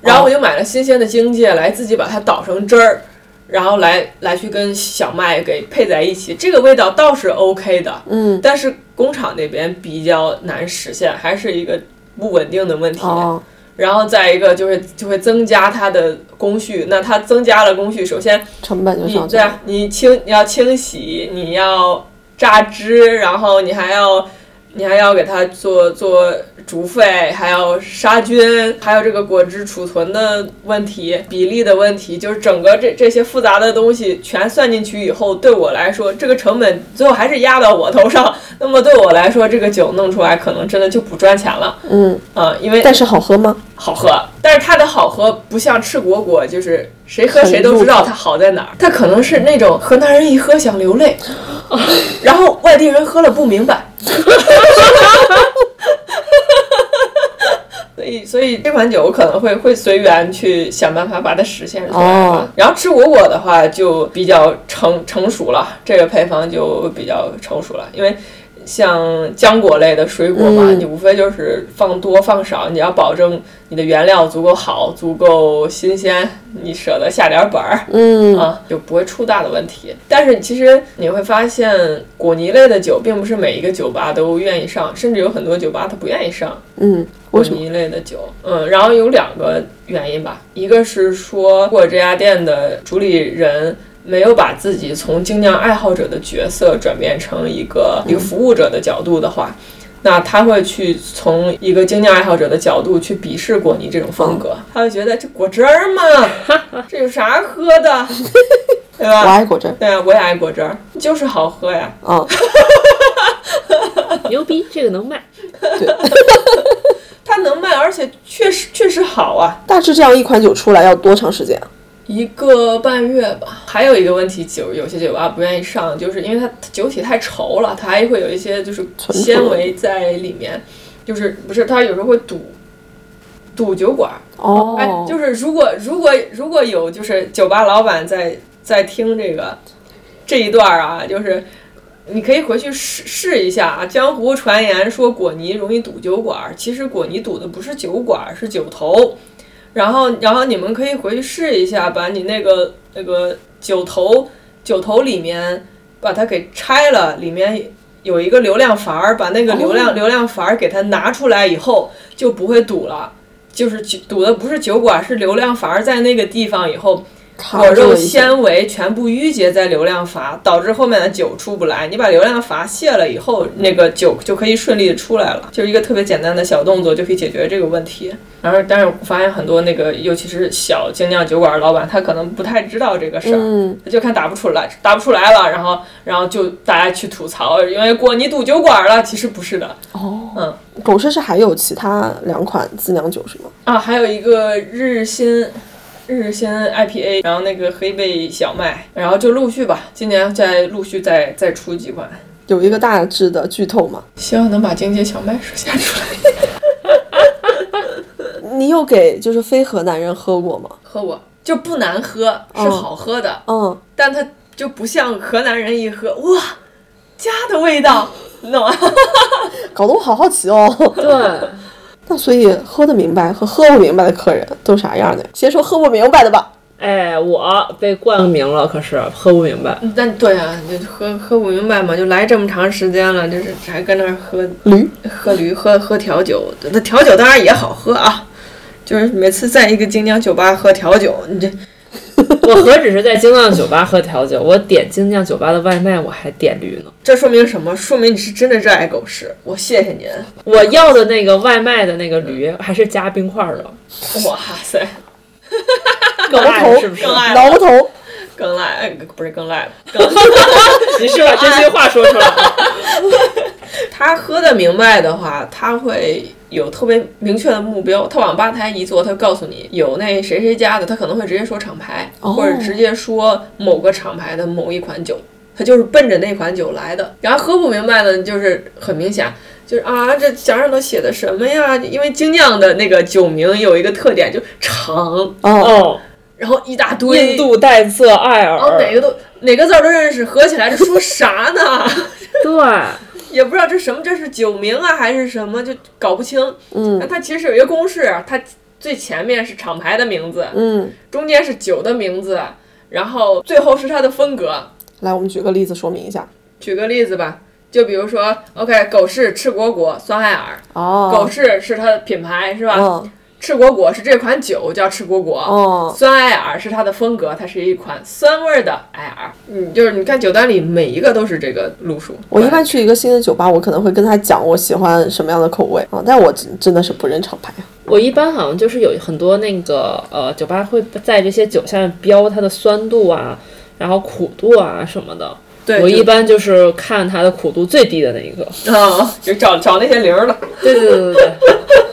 Speaker 1: 然后我就买了新鲜的荆芥来自己把它捣成汁儿，然后来来去跟小麦给配在一起，这个味道倒是 OK 的，
Speaker 2: 嗯，
Speaker 1: 但是工厂那边比较难实现，还是一个不稳定的问题。
Speaker 2: 哦，
Speaker 1: 然后再一个就是就会增加它的工序，那它增加了工序，首先
Speaker 2: 成本就
Speaker 1: 你
Speaker 2: 上去
Speaker 1: 对
Speaker 2: 了。
Speaker 1: 啊，你清你要清洗，你要榨汁，然后你还要你还要给它做做煮沸，还要杀菌，还有这个果汁储存的问题、比例的问题，就是整个这这些复杂的东西全算进去以后，对我来说，这个成本最后还是压到我头上。那么对我来说，这个酒弄出来可能真的就不赚钱了
Speaker 2: 嗯，
Speaker 1: 啊、因为
Speaker 2: 但是好喝吗？
Speaker 1: 好喝，但是它的好喝不像赤果果，就是谁喝谁都知道它好在哪儿。它可能是那种河南人一喝想流泪，然后外地人喝了不明白。所以，所以这款酒我可能会会随缘去想办法把它实现出来吧。
Speaker 2: 哦
Speaker 1: 然后赤果果的话就比较成成熟了，这个配方就比较成熟了，因为像浆果类的水果嘛，
Speaker 2: 嗯
Speaker 1: 你无非就是放多放少，你要保证你的原料足够好，足够新鲜，你舍得下点本儿。
Speaker 2: 嗯，
Speaker 1: 啊，就不会出大的问题。但是其实你会发现，果泥类的酒并不是每一个酒吧都愿意上，甚至有很多酒吧它不愿意上。
Speaker 2: 嗯，
Speaker 1: 果
Speaker 2: 为什么？
Speaker 1: 泥类的酒，嗯，然后有两个原因吧，一个是说，或者这家店的主理人没有把自己从精酿爱好者的角色转变成一个
Speaker 2: 嗯
Speaker 1: 一个服务者的角度的话，那他会去从一个精酿爱好者的角度去鄙视果泥这种风
Speaker 2: 哦
Speaker 1: 格，他会觉得这果汁儿嘛， 这有啥喝的，对
Speaker 2: 我
Speaker 1: 吧？
Speaker 2: 爱果汁儿
Speaker 1: 对啊，我也爱果汁儿，就是好喝呀。
Speaker 2: 啊，
Speaker 5: 牛逼，这个能卖。
Speaker 1: 它能卖，而且确实确实好啊，
Speaker 2: 大致这样一款酒出来要多长时间啊？
Speaker 1: 一个半月吧。还有一个问题，酒有些酒吧不愿意上，就是因为它酒体太稠了，它还会有一些就是
Speaker 2: 醇度
Speaker 1: 纤维在里面，就是不是它有时候会堵堵酒管儿。
Speaker 2: 哦，
Speaker 1: 哎，就是如果如果如果有就是酒吧老板在在听这个这一段儿啊，就是你可以回去试试一下啊。江湖传言说果泥容易堵酒管儿，其实果泥堵的不是酒管儿，是酒头。然后然后你们可以回去试一下，把你那个那个酒头酒头里面把它给拆了，里面。有一个流量阀儿，把那个流量、流量阀儿给它拿出来以后，就不会堵了。就是酒堵的不是酒管，是流量阀在那个地方以后，
Speaker 2: 卡
Speaker 1: 果
Speaker 2: 住
Speaker 1: 肉
Speaker 2: 了一下
Speaker 1: 纤维全部淤结在流量阀，导致后面的酒出不来。你把流量阀卸了以后，那个酒就可以顺利的出来了，就是一个特别简单的小动作就可以解决这个问题。然后，但是我发现很多那个，尤其是小精酿酒馆老板，他可能不太知道这个事儿。
Speaker 2: 嗯，
Speaker 1: 就看打不出来，打不出来了，然后，然后就大家去吐槽，因为果泥堵酒馆了，其实不是的，
Speaker 2: 哦，狗市是还有其他两款自酿酒是吗？
Speaker 1: 啊，还有一个日新。日新 IPA，然后那个黑贝小麦，然后就陆续吧，今年再陆续再再出几款，
Speaker 2: 有一个大致的剧透吗？
Speaker 1: 希望能把荆棘小麦说下出来。
Speaker 2: 你有给就是非河南人喝过吗？
Speaker 1: 喝过就不难喝，是
Speaker 2: 哦
Speaker 1: 好喝的，
Speaker 2: 嗯，
Speaker 1: 但它就不像河南人一喝，哇，家的味道，你懂吗？
Speaker 2: 搞得我好好奇哦。
Speaker 5: 对，
Speaker 2: 那所以喝得明白和喝不明白的客人都啥样的？先说喝不明白的吧。
Speaker 5: 哎，我被冠名了，可是喝不明白。
Speaker 1: 但对啊，你就喝喝不明白嘛，就来这么长时间了，就是还跟那儿喝
Speaker 2: 驴，
Speaker 1: 喝驴喝喝调酒，那调酒当然也好喝啊，就是每次在一个精酿酒吧喝调酒，你这
Speaker 5: 我何止是在精酿酒吧喝调酒，我点精酿酒吧的外卖，我还点驴呢。
Speaker 1: 这说明什么？说明你是真的热爱狗食，我谢谢您。
Speaker 5: 我要的那个外卖的那个驴还是加冰块的，
Speaker 1: 哇塞，
Speaker 5: 更
Speaker 2: 挠
Speaker 5: 爱
Speaker 2: 头
Speaker 5: 是不是？
Speaker 1: 更爱
Speaker 2: 挠
Speaker 1: 了，
Speaker 2: 头，
Speaker 1: 更赖，哎不是更赖了，更
Speaker 5: 你是把真心话说出来了。
Speaker 1: 他喝的明白的话，他会有特别明确的目标。他往吧台一坐，他告诉你有那谁谁家的，他可能会直接说厂牌，
Speaker 2: 哦
Speaker 1: 或者直接说某个厂牌的某一款酒，他就是奔着那款酒来的。然后喝不明白的，就是很明显。就是啊，这墙上都写的什么呀？因为精酿的那个酒名有一个特点，就长，
Speaker 2: 哦，
Speaker 5: 哦，
Speaker 1: 然后一大堆，
Speaker 5: 印度淡色艾尔，
Speaker 1: 然后哪个都哪个字儿都认识，合起来这说啥呢？
Speaker 5: 对，
Speaker 1: 也不知道这什么，这是酒名啊还是什么，就搞不清。那
Speaker 2: 嗯
Speaker 1: 它其实有一个公式，它最前面是厂牌的名字，
Speaker 2: 嗯，
Speaker 1: 中间是酒的名字，然后最后是它的风格。
Speaker 2: 来，我们举个例子说明一下。
Speaker 1: 举个例子吧，就比如说，OK，狗是赤果果酸艾尔，
Speaker 2: 哦，
Speaker 1: 狗是是它的品牌是吧？
Speaker 2: 嗯，
Speaker 1: 赤果果是这款酒叫赤果果，
Speaker 2: 哦
Speaker 1: 酸艾尔是它的风格，它是一款酸味儿的艾尔。嗯，就是你看酒单里每一个都是这个路数。
Speaker 2: 我一般去一个新的酒吧，我可能会跟他讲我喜欢什么样的口味啊，但我真真的是不认厂牌。啊
Speaker 3: 我一般好像就是有很多那个呃酒吧会在这些酒下面标它的酸度啊，然后苦度啊什么的。
Speaker 1: 对，
Speaker 3: 我
Speaker 1: 就
Speaker 3: 一般就是看它的苦度最低的那一个。
Speaker 1: 嗯，就找找那些零儿了。
Speaker 3: 对对对对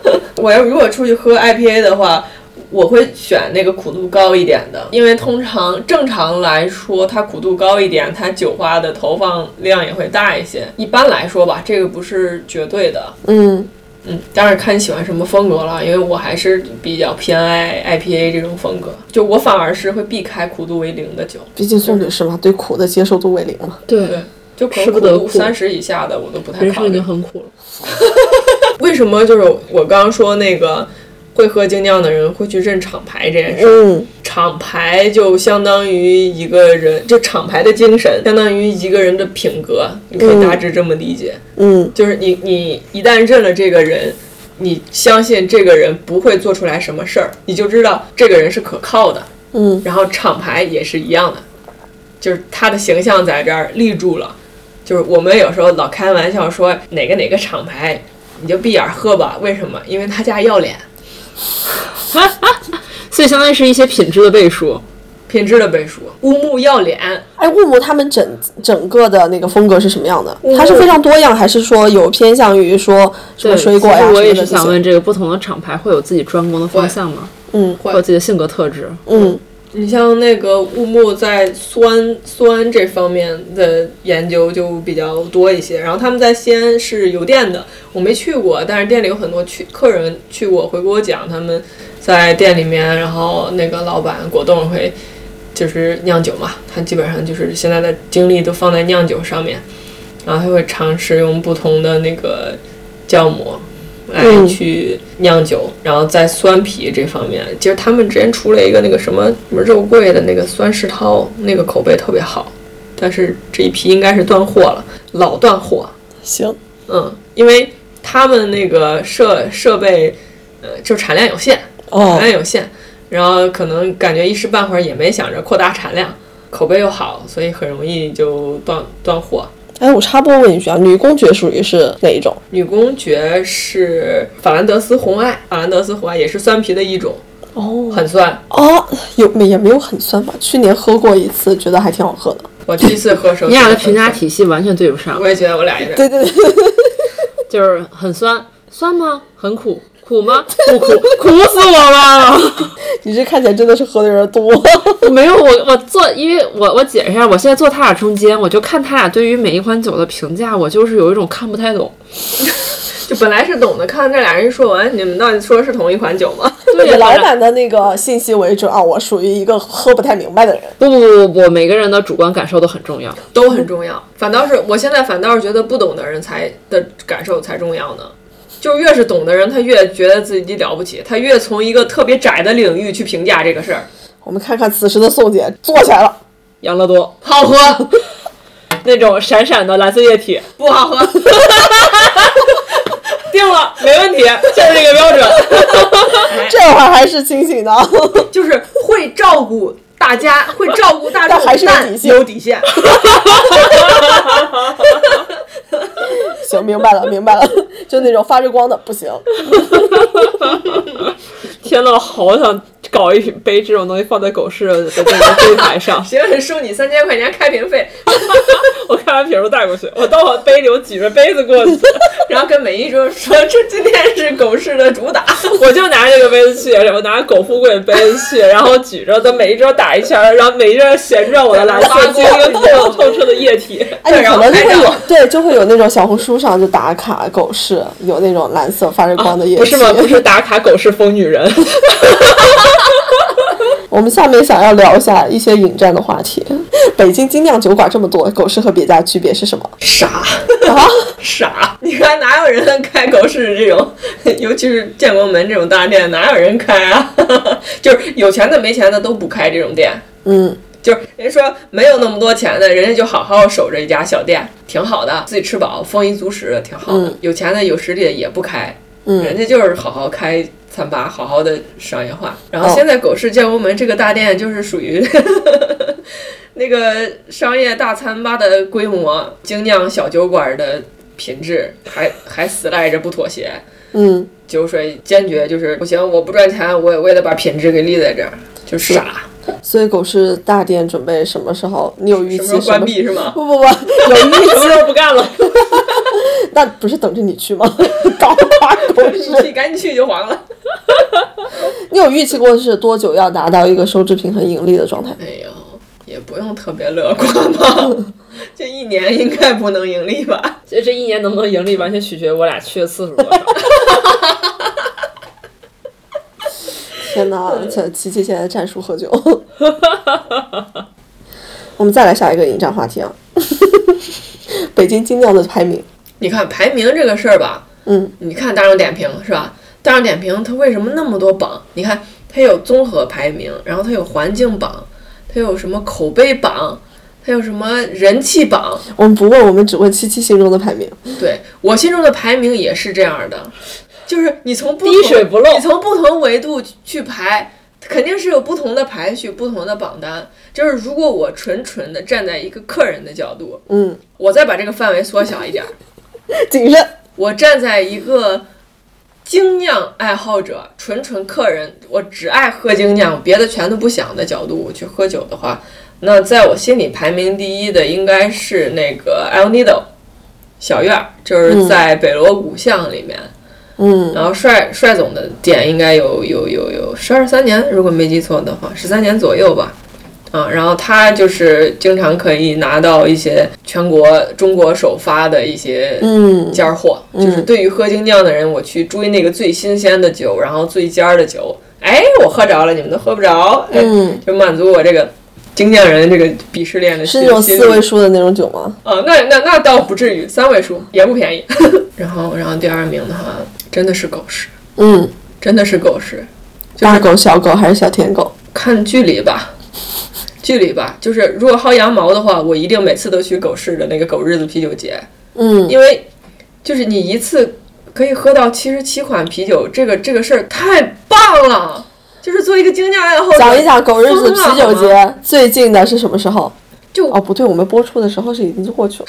Speaker 3: 对。
Speaker 1: 我要如果出去喝 IPA 的话，我会选那个苦度高一点的，因为通常正常来说，它苦度高一点，它酒花的投放量也会大一些。一般来说吧，这个不是绝对的，
Speaker 2: 嗯，
Speaker 1: 嗯，当然看你喜欢什么风格了，因为我还是比较偏爱 IPA 这种风格，就我反而是会避开苦度为零的酒，
Speaker 2: 毕竟宋女士嘛，对苦的接受度为零嘛。
Speaker 3: 对
Speaker 1: 对，就可能
Speaker 3: 吃不得
Speaker 1: 苦度
Speaker 3: 苦
Speaker 1: 三十以下的我都不太
Speaker 3: 人
Speaker 1: 考
Speaker 3: 生已
Speaker 1: 虑
Speaker 3: 经。很苦了。
Speaker 1: 为什么就是我刚刚说那个会喝精酿的人会去认厂牌这件事？
Speaker 2: 嗯，
Speaker 1: 厂牌就相当于一个人，就厂牌的精神相当于一个人的品格，你可以大致这么理解。
Speaker 2: 嗯，
Speaker 1: 就是你你一旦认了这个人，你相信这个人不会做出来什么事儿，你就知道这个人是可靠的。
Speaker 2: 嗯，
Speaker 1: 然后厂牌也是一样的，就是他的形象在这儿立住了。就是我们有时候老开玩笑说哪个哪个厂牌，你就闭眼儿喝吧。为什么？因为他家要脸，
Speaker 3: 所以相当于是一些品质的背书。
Speaker 1: 品质的背书，乌木要脸。
Speaker 2: 哎，雾木他们整整个的那个风格是什么样的
Speaker 1: 雾？木
Speaker 2: 它是非常多样，还是说有偏向于说什么
Speaker 3: 对，
Speaker 2: 水果
Speaker 3: 其
Speaker 2: 呀、
Speaker 3: 实我
Speaker 2: 什么
Speaker 3: 也
Speaker 2: 的
Speaker 3: 是
Speaker 2: 这
Speaker 3: 想
Speaker 2: 些？
Speaker 3: 问，啊这个不同的厂牌会有自己专攻的方向吗？
Speaker 2: 嗯
Speaker 1: 会
Speaker 3: 会有自己的性格特质？
Speaker 2: 嗯
Speaker 1: 你像那个雾木在酸酸这方面的研究就比较多一些，然后他们在西安是有店的，我没去过，但是店里有很多去客人去过，会给我讲他们在店里面，然后那个老板果冻会就是酿酒嘛，他基本上就是现在的精力都放在酿酒上面，然后他会尝试用不同的那个酵母来
Speaker 2: 嗯
Speaker 1: 去酿酒，然后在酸啤这方面，其实他们之前出了一个那个什么什么肉桂的那个酸世涛，那个口碑特别好，但是这一批应该是断货了，老断货，
Speaker 2: 行，
Speaker 1: 嗯，因为他们那个设设备，呃，就产量有限，
Speaker 2: 哦
Speaker 1: 产，量有限，然后可能感觉一时半会儿也没想着扩大产量，口碑又好，所以很容易就断断货。
Speaker 2: 哎，我插播问一句啊，女公爵属于是哪一种？
Speaker 1: 女公爵是法兰德斯红艾，法兰德斯红艾也是酸啤的一种，
Speaker 2: 哦
Speaker 1: 很酸。
Speaker 2: 哦，有没也没有很酸吧？去年喝过一次，觉得还挺好喝的。
Speaker 1: 我第一次喝时候，
Speaker 3: 你俩的评价，体系完全对不上
Speaker 1: 我，也觉得我俩有点
Speaker 2: 对对对，
Speaker 3: 就是很酸，酸吗？很苦，苦吗？不 苦，苦死我了！
Speaker 2: 你这看起来真的是喝的有点多。
Speaker 3: 没有，我我坐，因为我我解释一下，我现在坐他俩中间，我就看他俩对于每一款酒的评价，我就是有一种看不太懂。
Speaker 1: 就本来是懂的，看这俩人说完，你们到底说的是同一款酒吗？
Speaker 3: 对，
Speaker 2: 以老
Speaker 3: 反正
Speaker 2: 板的那个信息为准啊，我属于一个喝不太明白的人。
Speaker 3: 不不不不不，每个人的主观感受都很重要。
Speaker 1: 都很重要。反倒是我现在反倒是觉得不懂的人才的感受才重要呢。就是越是懂的人，他越觉得自己了不起，他越从一个特别窄的领域去评价这个事儿。
Speaker 2: 我们看看此时的宋姐坐起来了，
Speaker 3: 养乐多
Speaker 1: 好喝
Speaker 3: 那种闪闪的蓝色液体，
Speaker 1: 不好 喝？
Speaker 3: 定了，没问题，就是这个标准。
Speaker 2: 这会儿还是清醒的。
Speaker 1: 就是会照顾大家，会照顾大众，
Speaker 2: 但还是有
Speaker 1: 但
Speaker 2: 底线
Speaker 1: 有底线。，
Speaker 2: 行，明白了，明白了，就那种发着光的不行。
Speaker 3: 天呐，我好想搞一杯这种东西放在狗市的这个柜台上
Speaker 1: 行，收你三千块钱开瓶费，
Speaker 3: 我看完瓶子带过去，我到我杯里我举着杯子过去，
Speaker 1: 然后跟每一桌说这今天是狗市的主打。
Speaker 3: 我就拿这个杯子去，我拿狗富贵杯子去，然后举着在每一桌打一圈，然后每一桌旋转我的蓝色晶莹透透彻的液体。
Speaker 2: 哎，
Speaker 1: 对
Speaker 2: 你
Speaker 1: 然
Speaker 2: 可
Speaker 1: 后
Speaker 2: 能就
Speaker 1: 拍
Speaker 2: 会有
Speaker 1: 照
Speaker 2: 对，就会有那种小红书上就打卡狗市，有那种蓝色发着光的液体。
Speaker 3: 啊不是吗？不是打卡狗市疯女人，
Speaker 2: 我们下面想要聊一下一些引战的话题。 北京精酿酒馆这么多，狗市和别家区别是什么？
Speaker 1: 傻
Speaker 2: 啊，
Speaker 1: 傻！你看哪有人开狗市这种， 尤其是建国门这种大店，哪有人开啊？ 就是有钱的没钱的都不开这种店。
Speaker 2: 嗯，
Speaker 1: 就是人家说没有那么多钱的，人家就好好守着一家小店，挺好的，自己吃饱，丰衣足食，挺好的。
Speaker 2: 嗯
Speaker 1: 有钱的有实力的也不开，
Speaker 2: 嗯
Speaker 1: 人家就是好好开才把好好的商业化。然
Speaker 2: 哦
Speaker 1: 后现在狗市建国门这个大店就是属于 那个商业大餐吧的规模，精酿小酒馆的品质，还还死赖着不妥协。
Speaker 2: 嗯，
Speaker 1: 酒水坚决就是不行，我不赚钱，我也为了把品质给立在这儿，就傻。
Speaker 2: 所以狗市大店准备什么时候？你有预
Speaker 1: 什么
Speaker 2: 期
Speaker 1: 时候
Speaker 2: 什
Speaker 1: 关
Speaker 2: 么？
Speaker 1: 闭是吗？
Speaker 2: 不不不，有预
Speaker 5: 什么时候不干了？
Speaker 2: 那不是等着你去吗？ 搞垮狗 市，
Speaker 1: 你赶紧去就黄了。
Speaker 2: 你有预期过是多久要达到一个收支平衡盈利的状态？
Speaker 1: 哎呦，也不用特别乐观 吧，这一年应该不能盈利吧？
Speaker 5: 所以 这一年能不能盈利，完全取决于我俩去的次数多 少。
Speaker 2: 天哪，这琪琪现在战术喝酒。 我们再来下一个引战话题啊， 北京精酿的排名。
Speaker 1: 你看排名这个事儿吧，
Speaker 2: 嗯，
Speaker 1: 你看大众点评是吧？大众点评它为什么那么多榜？你看它有综合排名，然后它有环境榜，它有什么口碑榜，它有什么人气榜。
Speaker 2: 我们不问，我们只问七七心中的排名。
Speaker 1: 对我心中的排名也是这样的，就是你从不
Speaker 5: 滴
Speaker 1: 同
Speaker 5: 水不漏
Speaker 1: 你从不同维度去排，肯定是有不同的排序、不同的榜单。就是如果我纯纯的站在一个客人的角度，
Speaker 2: 嗯，
Speaker 1: 我再把这个范围缩小一点儿，
Speaker 2: 谨慎。
Speaker 1: 我站在一个精酿爱好者、纯纯客人，我只爱喝精酿，别的全都不想的角度我去喝酒的话，那在我心里排名第一的应该是那个 El Nido 小院儿，就是在北锣鼓巷里面。
Speaker 2: 嗯，
Speaker 1: 然后帅帅总的店应该有有有有十二三年，如果没记错的话，十三年左右吧。啊，然后他就是经常可以拿到一些全国中国首发的一些
Speaker 2: 嗯
Speaker 1: 尖儿货，就是对于喝精酿的人，我去追那个最新鲜的酒，然后最尖儿的酒。哎，我喝着了，你们都喝不着，哎，
Speaker 2: 嗯，
Speaker 1: 就满足我这个精酿人这个鄙视链的
Speaker 2: 是
Speaker 1: 心
Speaker 2: 那种
Speaker 1: 心
Speaker 2: 四
Speaker 1: 理
Speaker 2: 位数的那种酒吗？
Speaker 1: 哦，那那那倒不至于，三位数也不便宜。 然后，然后第二名的话，真的是狗屎，
Speaker 2: 嗯，
Speaker 1: 真的是狗屎。就是
Speaker 2: 大狗、小狗还是小舔狗？
Speaker 1: 看距离吧，距离吧，就是如果薅羊毛的话，我一定每次都去狗市的那个狗日子啤酒节，
Speaker 2: 嗯
Speaker 1: 因为就是你一次可以喝到七十七款啤酒，这个这个事儿太棒了。就是做一个精酿爱好者，
Speaker 2: 讲一讲狗日子
Speaker 1: 疯了
Speaker 2: 啤酒
Speaker 1: 好吗
Speaker 2: 节最近的是什么时候？
Speaker 1: 就
Speaker 2: 哦，不对，我们播出的时候是已经过去了，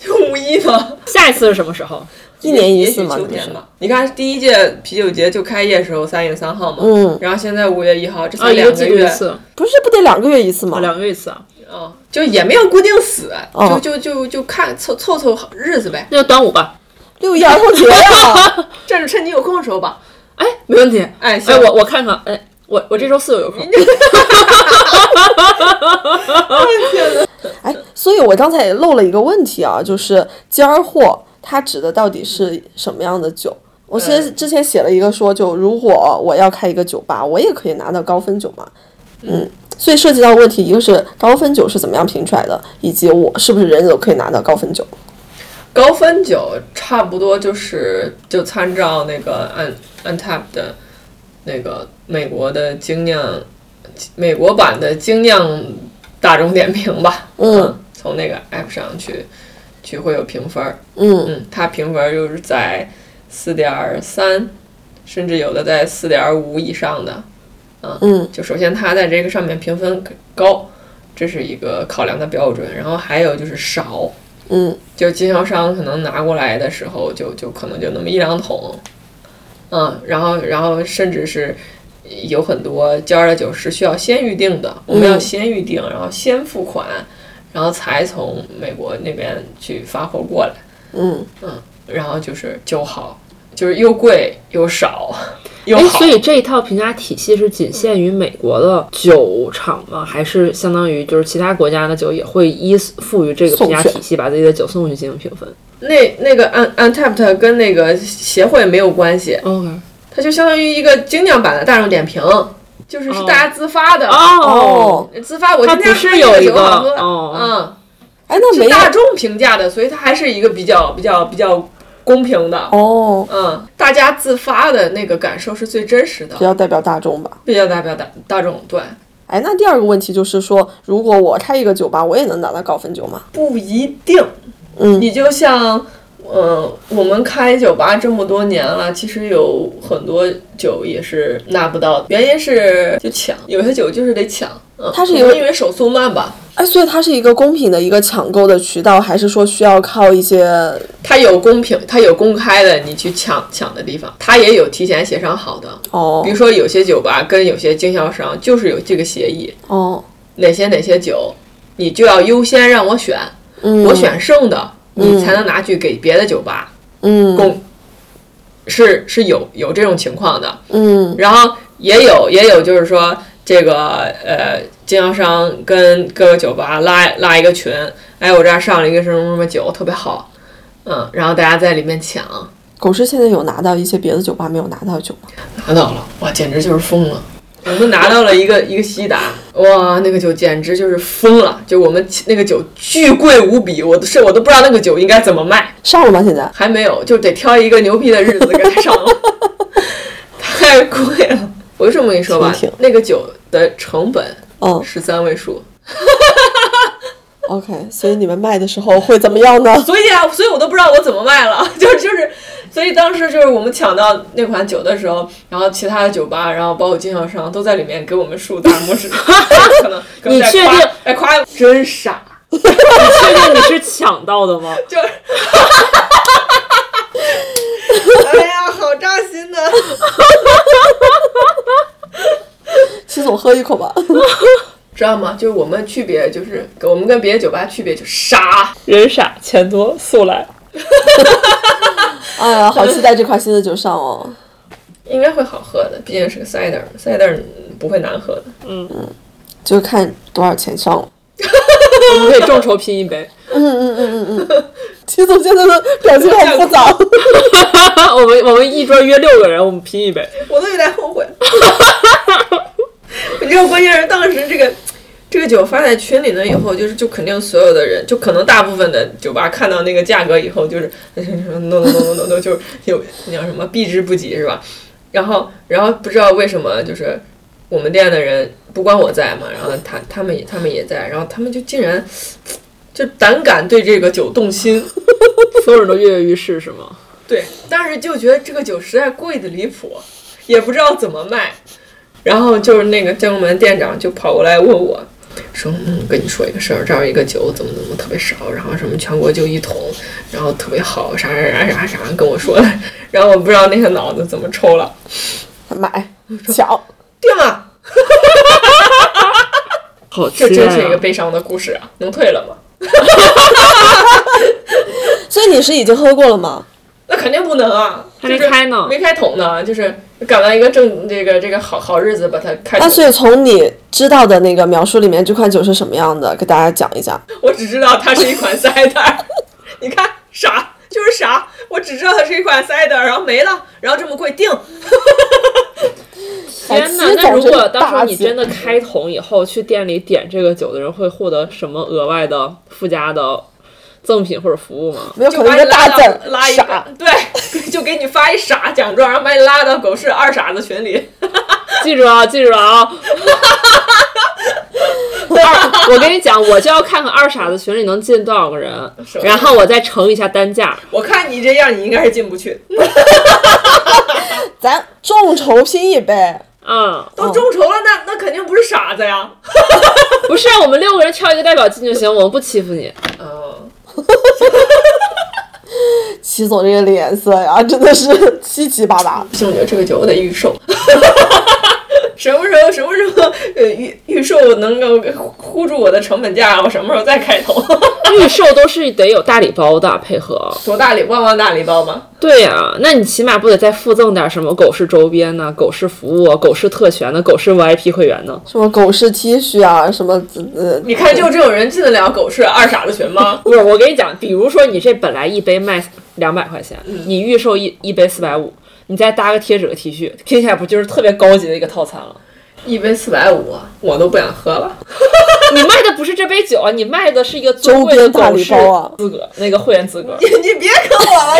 Speaker 1: 就五一嘛，
Speaker 5: 下一次是什么时 候？
Speaker 2: 一年一
Speaker 1: 也
Speaker 2: 次
Speaker 1: 许
Speaker 2: 嘛，
Speaker 1: 秋
Speaker 2: 那
Speaker 1: 天
Speaker 2: 是。
Speaker 1: 吧。你看第一届啤酒节就开业时候三月三号嘛，
Speaker 2: 嗯
Speaker 1: 然后现在五月一号，这
Speaker 5: 啊，
Speaker 1: 才
Speaker 5: 一个
Speaker 1: 两
Speaker 5: 季度
Speaker 1: 月
Speaker 5: 一次，
Speaker 2: 不是，不得两个月一次
Speaker 5: 啊，
Speaker 2: 吗？
Speaker 5: 两个月一次啊。
Speaker 1: 哦，就也没有固定死，
Speaker 2: 哦
Speaker 1: 就就就就看凑凑凑好日子呗，
Speaker 5: 那就端午吧。
Speaker 2: 六一儿童节呀！
Speaker 1: 这是趁你有空的时候吧。
Speaker 5: 哎，没问题。
Speaker 1: 哎，行
Speaker 5: 哎，我我看看，哎，我我这周四有有空。
Speaker 2: 哎，所以我刚才也漏了一个问题啊，就是尖儿货它指的到底是什么样的酒？我其实之前写了一个说，就如果我要开一个酒吧，我也可以拿到高分酒嘛。嗯，所以涉及到问题，一个是高分酒是怎么样评出来的，以及我是不是人人都可以拿到高分酒。
Speaker 1: 高分酒差不多就是就参照那个 un untap 的那个美国的精酿，美国版的精酿大众点评吧，
Speaker 2: 嗯，
Speaker 1: 从那个 app 上去去会有评分儿，
Speaker 2: 嗯
Speaker 1: 嗯，它评分就是在四点三，甚至有的在四点五以上的。
Speaker 2: 嗯
Speaker 1: 就首先它在这个上面评分高，这是一个考量的标准。然后还有就是少，
Speaker 2: 嗯
Speaker 1: 就经销商可能拿过来的时候就，就可能就那么一两桶，嗯，然后然后甚至是有很多尖儿的酒是需要先预定的，我们
Speaker 5: 嗯
Speaker 1: 要先预定，然后先付款，然后才从美国那边去发货过来，
Speaker 2: 嗯，
Speaker 1: 然后就是酒好，就是又贵又少又
Speaker 5: 哎，
Speaker 1: 好
Speaker 5: 所。以这一套评价体系是仅限于美国的酒厂吗？还是相当于就是其他国家的酒也会依附于这个评价体系，把自己的酒送去进行评分
Speaker 1: 那那个 un untapped 跟那个协会没有关系，
Speaker 5: ？OK，
Speaker 1: 它就相当于一个精酿版的大众点评，就是是大家自发的
Speaker 5: 哦，
Speaker 2: 哦，
Speaker 1: 自发，我
Speaker 5: 它
Speaker 1: 今
Speaker 5: 不
Speaker 1: 天
Speaker 5: 是
Speaker 1: 喝这
Speaker 5: 有一
Speaker 1: 酒
Speaker 5: 个
Speaker 1: 好喝，
Speaker 5: 哦
Speaker 2: 哎，那
Speaker 1: 嗯，
Speaker 2: 没有
Speaker 1: 是大众评价的，所以它还是一个比较比较比较公平的，
Speaker 2: 哦，
Speaker 1: 嗯，大家自发的那个感受是最真实的
Speaker 2: 比，较代表大众吧。
Speaker 1: 比较代表大大众，对，
Speaker 2: 哎，那第二个问题就是说，如果我开一个酒吧，我也能拿到高分酒吗？
Speaker 1: 不一定，
Speaker 2: 嗯
Speaker 1: 你就像。嗯，我们开酒吧这么多年了，其实有很多酒也是拿不到的，原因是就抢，有些酒就是得抢。嗯，
Speaker 2: 它是
Speaker 1: 可
Speaker 2: 有
Speaker 1: 能因为手速慢吧，
Speaker 2: 哎，所以它是一个公平的一个抢购的渠道，还是说需要靠一些
Speaker 1: 它有公平，它有公开的你去抢抢的地方，它也有提前协商好的。
Speaker 2: 哦
Speaker 1: 比如说有些酒吧跟有些经销商就是有这个协议，
Speaker 2: 哦，
Speaker 1: 哪些哪些酒，你就要优先让我选，
Speaker 2: 嗯，
Speaker 1: 我选剩的，
Speaker 2: 嗯
Speaker 1: 你才能拿去给别的酒吧
Speaker 2: 嗯
Speaker 1: 供，是是有有这种情况的。
Speaker 2: 嗯
Speaker 1: 然后也有也有就是说这个呃经销商跟各个酒吧拉拉一个群，哎，我这儿上了一个什么什么酒特别好，嗯，然后大家在里面抢，
Speaker 2: 狗市现在有拿到一些别的酒吧没有拿到的酒吗？
Speaker 1: 拿到了，哇，简直就是疯了。我们拿到了一个一个西达，哇，那个酒简直就是疯了！就我们那个酒巨贵无比，我都是我都不知道那个酒应该怎么卖。
Speaker 2: 上了吗？现在
Speaker 1: 还没有，就得挑一个牛逼的日子给它上了， 太贵了。我就这么跟你说吧
Speaker 2: 挺挺，
Speaker 1: 那个酒的成本
Speaker 2: 嗯
Speaker 1: 是三位数，
Speaker 2: ，OK，所以你们卖的时候会怎么样呢？
Speaker 1: 所以啊，所以我都不知道我怎么卖了， 就就是，所以当时就是我们抢到那款酒的时候，然后其他的酒吧，然后包括经销商都在里面给我们竖大拇指， 可能可能
Speaker 3: 你
Speaker 1: 在
Speaker 3: 确
Speaker 1: 夸
Speaker 3: 定
Speaker 1: 在 夸 真傻，
Speaker 3: 确定你是抢到的吗？
Speaker 1: 就是，哎呀，好扎心的。
Speaker 2: 齐总喝一口吧。
Speaker 1: 知道吗？就是我们区别就是我们跟别的酒吧区别就是傻，
Speaker 3: 人傻钱多，速来。
Speaker 2: 哎呀，好期待这款新的酒上哦。
Speaker 1: 应该会好喝的，毕竟是个 cider，cider 不会难喝的。
Speaker 2: 就看多少钱上了。
Speaker 3: 我们可以众筹拼 一杯。
Speaker 2: 齐总现在的表情好复杂。
Speaker 3: 我们我们一桌约六个人，我们拼一杯。
Speaker 1: 我都有点后悔。 你知道，关键是当时这个这个酒发在群里呢以后，就是就肯定所有的人，就可能大部分的酒吧看到那个价格以后，就是哎 no no no no no no，就是有那叫什么避之不及是吧？然后然后不知道为什么就是我们店的人不光我在嘛，然后他他们也他们也在，然后他们就竟然就胆敢对这个酒动心。
Speaker 3: 所有人都跃跃欲试是吗？
Speaker 1: 对，当时就觉得这个酒实在贵的离谱，也不知道怎么卖。然后就是那个建筑门店长就跑过来问我，说：“嗯，跟你说一个事儿，这儿一个酒怎么怎么特别少，然后什么全国就一桶，然后特别好，啥啥啥啥啥，跟我说的。” 然后我不知道那个脑子怎么抽了，
Speaker 2: 买抢，
Speaker 1: 对吗？
Speaker 3: 好
Speaker 1: 这
Speaker 3: 期待、
Speaker 1: 真
Speaker 3: 啊！
Speaker 1: 是一个悲伤的故事啊！能退了吗？
Speaker 2: 所以你是已经喝过了吗？
Speaker 1: 那肯定不能啊，
Speaker 3: 还没
Speaker 1: 就是
Speaker 3: 开呢
Speaker 1: 没开桶呢，就是赶到一个正这个这个好好日子把它开桶。
Speaker 2: 那所以从你知道的那个描述里面，这款酒是什么样的？给大家讲一下。
Speaker 1: 我只知道它是一款 cider，你看傻就是傻，我只知道它是一款 cider，然后没了，然后这么贵定，
Speaker 3: 天
Speaker 2: 哎
Speaker 3: 呐，
Speaker 2: 齐
Speaker 3: 那
Speaker 2: 总
Speaker 3: 如
Speaker 2: 真
Speaker 3: 果
Speaker 2: 的
Speaker 3: 到时候
Speaker 2: 大
Speaker 3: 你
Speaker 2: 气
Speaker 3: 真的开桶以后去店里点这个酒的人，会获得什么额外的附加的赠品或者服务吗？
Speaker 2: 没有
Speaker 1: 就
Speaker 2: 可能
Speaker 1: 把
Speaker 2: 一
Speaker 1: 你
Speaker 2: 个大
Speaker 1: 拉到
Speaker 2: 赞
Speaker 1: 拉一
Speaker 2: 傻
Speaker 1: 个，对， 就给你发一傻奖状，然后把你拉到狗市二傻子群里。
Speaker 3: 记住啊，记住啊！二，我跟你讲，我就要看看二傻子群里能进多少个人，然后我再乘一下单价。
Speaker 1: 我看你这样，你应该是进不去。
Speaker 2: 嗯咱众筹拼一杯。
Speaker 3: 嗯，
Speaker 1: 都众筹了，那那肯定不是傻子呀。
Speaker 3: 不是啊，我们六个人挑一个代表进就行，我们不欺负你。
Speaker 1: 嗯，
Speaker 2: 齐总这个脸色呀，真的是七七八八。
Speaker 1: 不行，我觉得这个酒我得预售。 什么时候什么时候呃预预售能够呼住我的成本价，我什么时候再开头？
Speaker 3: 预售都是得有大礼包的配合。
Speaker 1: 多大礼，万万大礼包吗？
Speaker 3: 对呀、那你起码不得再附赠点什么狗市周边呢、狗市服务、啊、狗市特权呢、狗市 VIP 会员呢？
Speaker 2: 什么狗市 T 恤啊，什么呃，
Speaker 1: 你看，就这种人进得了狗市二傻子群吗？
Speaker 3: 不是，我跟你讲，比如说你这本来一杯卖两百块钱，你预售一一杯四百五，你再搭个贴纸个 T 恤，听起来不就是特别高级的一个套餐 了？
Speaker 1: 一杯四百五，我都不想喝了。
Speaker 3: 你卖的不是这杯酒啊，你卖的是一个尊贵的
Speaker 2: 周边大
Speaker 3: 狗
Speaker 2: 礼
Speaker 3: 市
Speaker 2: 包啊
Speaker 3: 资格，那个会员 资格。
Speaker 1: 你别跟我 了，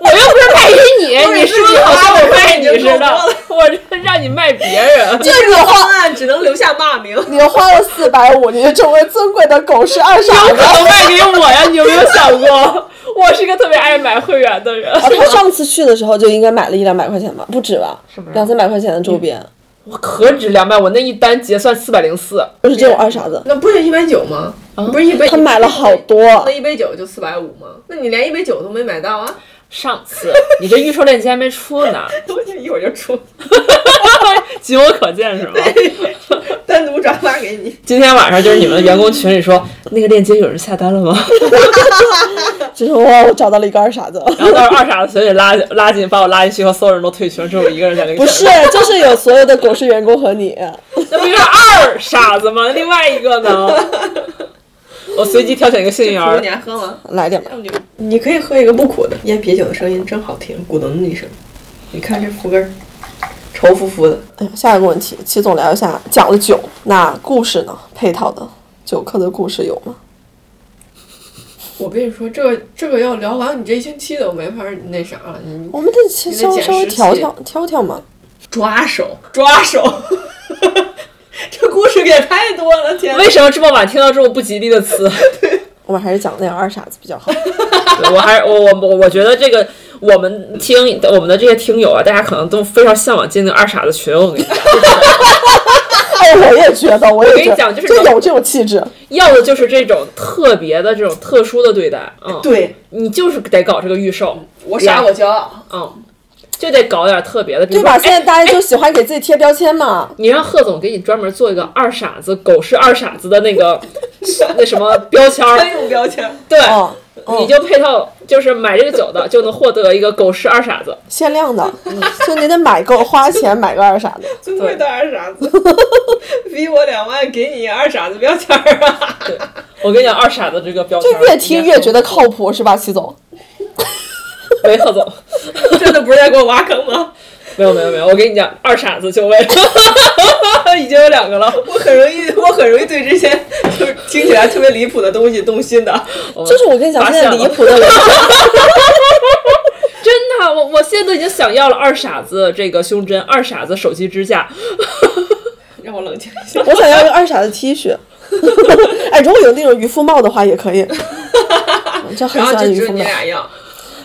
Speaker 3: 我又不是卖给 你，你
Speaker 1: 是
Speaker 3: 说的好像我卖你似
Speaker 1: 你自己
Speaker 3: 的
Speaker 1: 花我，
Speaker 3: 我这让你卖别人。
Speaker 1: 这个方案 只能留下骂名。
Speaker 2: 你花了四百五，你就成为尊贵的狗市二傻
Speaker 3: 有可
Speaker 2: 子。啊
Speaker 3: 能卖给我呀？你有没有想过？我是一个特别爱买会员的人。
Speaker 2: 啊，他上次去的时候就应该买了一两百块钱吧，不止吧，两三百块钱的周边，
Speaker 3: 我何止两百，我那一单结算四百零四。
Speaker 2: 就是这种二傻子。
Speaker 1: 那不是一百九吗？不是一杯，
Speaker 2: 他买了好多
Speaker 1: 那一杯酒就四百五吗？那你连一杯酒都没买到啊？
Speaker 3: 上次 你这预售链接还没出 呢，
Speaker 1: 我一会儿就出，
Speaker 3: 仅我可见是吗？
Speaker 1: 单独转发给你。
Speaker 3: 今天晚上就是你们员工群里说 那个链接有人下单了吗？
Speaker 2: 就是哇，我找到了一个二傻子。
Speaker 3: 然后到时候二傻子随便拉拉进，把我拉进去以后，所有人都退群，只有我一个人在那个
Speaker 2: 不是，就是有所有的狗市员工和你，
Speaker 3: 那不就是二傻子吗？另外一个 呢？我随机挑选一个幸运
Speaker 1: 苦
Speaker 3: 儿
Speaker 1: 你，还喝吗？
Speaker 2: 来点吧。
Speaker 1: 你可以喝一个不苦的，烟啤酒的声音真好听，咕咚的一声。你看这福根儿，稠乎乎的。
Speaker 2: 哎呦，下一个问题，齐总聊一下，讲了酒，那故事呢？配套的酒客的故事有吗？
Speaker 1: 我跟你说，这个这个要聊完，你这一星期都没法儿那啥了。你
Speaker 2: 我们得先稍微稍微调调挑挑嘛。
Speaker 1: 抓手，抓手， 这故事也太多了，天哪！
Speaker 3: 为什么这么晚听到这么不吉利的 词？
Speaker 2: 我们还是讲那个二傻子比 较好。
Speaker 3: 对我还是我我我我觉得这个我们听我们的这些听友啊，大家可能都非常向往进那个二傻子群。我跟你讲，
Speaker 2: 哎，我也觉得，我
Speaker 3: 我跟
Speaker 2: 也
Speaker 3: 你
Speaker 2: 觉
Speaker 3: 讲
Speaker 2: 得，
Speaker 3: 就
Speaker 2: 就
Speaker 3: 是
Speaker 2: 有这种气质。
Speaker 3: 要的就是这种特别的、这种特殊的对待。嗯，
Speaker 1: 对
Speaker 3: 你就是得搞这个预售，
Speaker 1: 我傻，我骄傲。
Speaker 3: 嗯，就得搞点特别的，比如
Speaker 2: 对
Speaker 3: 说
Speaker 2: 吧？
Speaker 3: 哎
Speaker 2: 现在大家就喜欢给自己贴标签嘛。
Speaker 3: 你让贺总给你专门做一个二傻子、狗是二傻子的那个 那什么标签儿，
Speaker 1: 专用标签，
Speaker 3: 对，
Speaker 2: 嗯，
Speaker 3: 哎你就配套就是买这个酒的就能获得一个狗是二傻子。
Speaker 2: 限量的，嗯就你得买够，花钱买个二傻 子。
Speaker 1: 尊贵的二傻子， 逼我两万，给你二傻子标签儿啊！
Speaker 3: 我跟你讲，二傻子这个标签儿
Speaker 2: 这越听越觉
Speaker 3: 得
Speaker 2: 得靠谱，是吧，齐总？
Speaker 3: 没贺总，
Speaker 1: 真的不是在给我挖坑吗？
Speaker 3: 没有没有没有，我跟你讲，二傻子就位， 已经有两个了。
Speaker 1: 我很容易，我很容易对这些就是听起来特别离谱的东西动心的。
Speaker 2: 就是我跟你讲，
Speaker 3: 发
Speaker 2: 现
Speaker 3: 现
Speaker 2: 在
Speaker 3: 了
Speaker 2: 离谱的人，
Speaker 3: 真的，我我现在都已经想要了二傻子这个胸针，二傻子手机支架，
Speaker 1: 让我冷静一 下。
Speaker 2: 我想要一个二傻子 T 恤。哎，如果有那种渔夫帽的话，也可以。我就很
Speaker 1: 然
Speaker 2: 喜
Speaker 1: 后就
Speaker 2: 欢
Speaker 1: 只
Speaker 2: 渔
Speaker 1: 有
Speaker 2: 夫
Speaker 1: 你
Speaker 2: 帽，
Speaker 1: 俩要，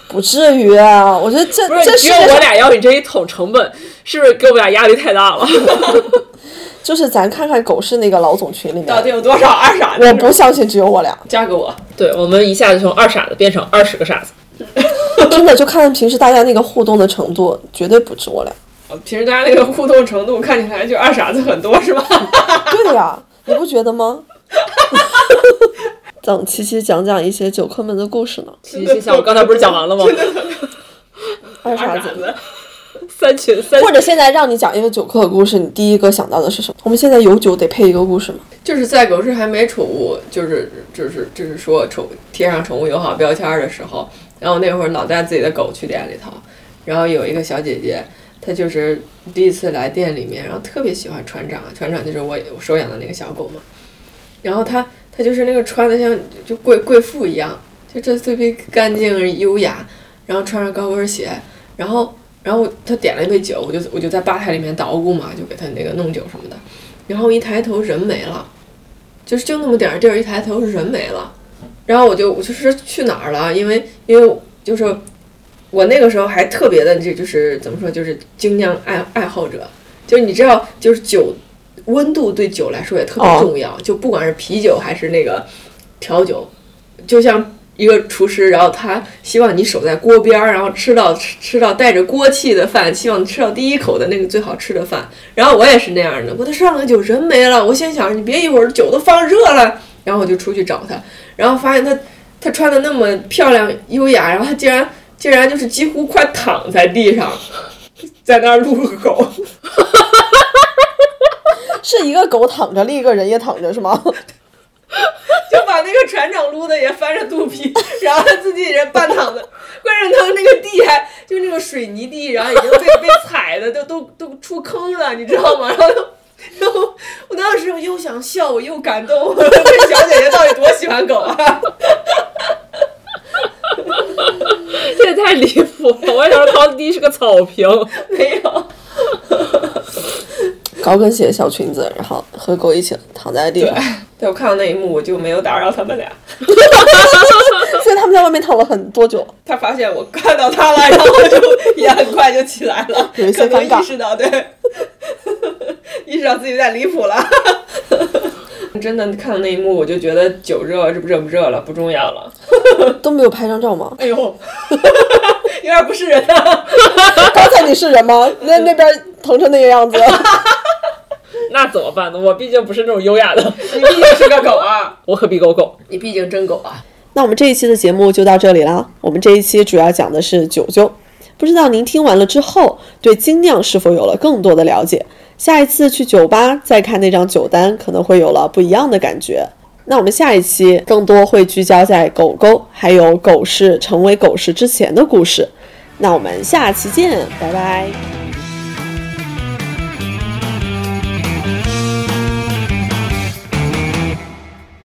Speaker 2: 不至于啊！我觉得这
Speaker 3: 不是
Speaker 2: 这
Speaker 3: 只
Speaker 2: 世
Speaker 3: 有
Speaker 2: 界
Speaker 3: 我
Speaker 2: 上
Speaker 3: 俩要，你这一桶成本是不是给我们俩压力太大 了？
Speaker 2: 就是咱看看狗市那个老总群里
Speaker 1: 到
Speaker 2: 面，
Speaker 1: 底有多少二傻子？
Speaker 2: 我不相信只有我俩，
Speaker 1: 嫁给我，
Speaker 3: 对，我们一下就从二傻子变成二十个傻子。
Speaker 2: 真的就看平时大家那个互动的程度，绝对不止我俩。
Speaker 1: 哦平时大家那个互动程度看起来就二傻子很多是吧？
Speaker 2: 对呀、你不觉得吗？ 等七七讲讲一些酒客们的故事呢。
Speaker 3: 行行行，我刚才不是讲完了吗？
Speaker 2: 二
Speaker 1: 二
Speaker 2: 傻
Speaker 1: 傻
Speaker 2: 子，
Speaker 1: 子，
Speaker 3: 三群三
Speaker 2: 或者现在让你讲一个酒客的故事，你第一个想到的是什么？我们现在有酒得配一个故事吗？
Speaker 1: 就是在狗市还没宠物，就是就是就是说宠贴上宠物友好标签儿的时候，然后那会儿老带自己的狗去店里头，然后有一个小姐姐，她就是第一次来店里面，然后特别喜欢船长，船长就是我我收养的那个小狗嘛，然后她她就是那个穿的像就贵贵妇一样，就这特别干净优雅，然后穿上高跟鞋，然后然后她点了一杯酒，我就我就在吧台里面捣鼓嘛，就给她那个弄酒什么的，然后一抬头人没了。就是就那么点儿地儿，一抬头人没了，然后我就我就是去哪儿了？因为因为就是我那个时候还特别的，这就是怎么说，就是精酿爱爱好者，就是你知道，就是酒温度对酒来说也特别
Speaker 2: 哦
Speaker 1: 重要，就不管是啤酒还是那个调酒，就像一个厨师，然后他希望你守在锅边儿，然后吃到吃吃到带着锅气的饭，希望你吃到第一口的那个最好吃的饭。然后我也是那样的，我都上了酒人没了，我心想你别一会儿酒都放热了，然后我就出去找他，然后发现他他穿的那么漂亮优雅，然后他竟然竟然就是几乎快躺在地上， 在那儿撸个狗。
Speaker 2: 是一个狗躺着，另一个人也躺着，是吗？
Speaker 1: 就把那个船长撸的也翻着肚皮， 然后他自己人半躺的，关键他那个地还就那个水泥地，然后已经被被踩的都都都出坑了，你知道吗？然后就。然后我当时我又想笑，我又感动。 我说这小姐姐到底多喜欢狗啊！
Speaker 3: 这也太离谱了！我也想说高低是个草坪，
Speaker 1: 没有，
Speaker 2: 高跟鞋、小裙子，然后和狗一起躺在地上，
Speaker 1: 对我看到那一幕，我就没有打扰他们俩。
Speaker 2: 所以他他们在外面躺了很多久，
Speaker 1: 他发现我看到他了，然后就也很快就起来 了，
Speaker 2: 有一
Speaker 1: 可
Speaker 2: 些
Speaker 1: 能
Speaker 2: 尴尬
Speaker 1: 意识到对， 意识到自己有点离谱了。 真的看到那一幕，我就觉得酒热不热不热了不重要了。
Speaker 2: 都没有拍张照 吗？
Speaker 1: 哎呦， 有点不是人啊！
Speaker 2: 刚才你是人吗？那那边疼成那个样子，
Speaker 5: 那怎么办呢？我毕竟不是那种优雅的，
Speaker 1: 你毕竟是个狗啊，
Speaker 5: 我可比狗狗。
Speaker 1: 你毕竟真狗啊。
Speaker 2: 那我们这一期的节目就到这里啦。我们这一期主要讲的是九九，不知道您听完了之后对精酿是否有了更多的了解？下一次去酒吧再看那张酒单，可能会有了不一样的感觉。那我们下一期更多会聚焦在狗狗，还有狗是成为狗是之前的故事。那我们下期见，拜拜。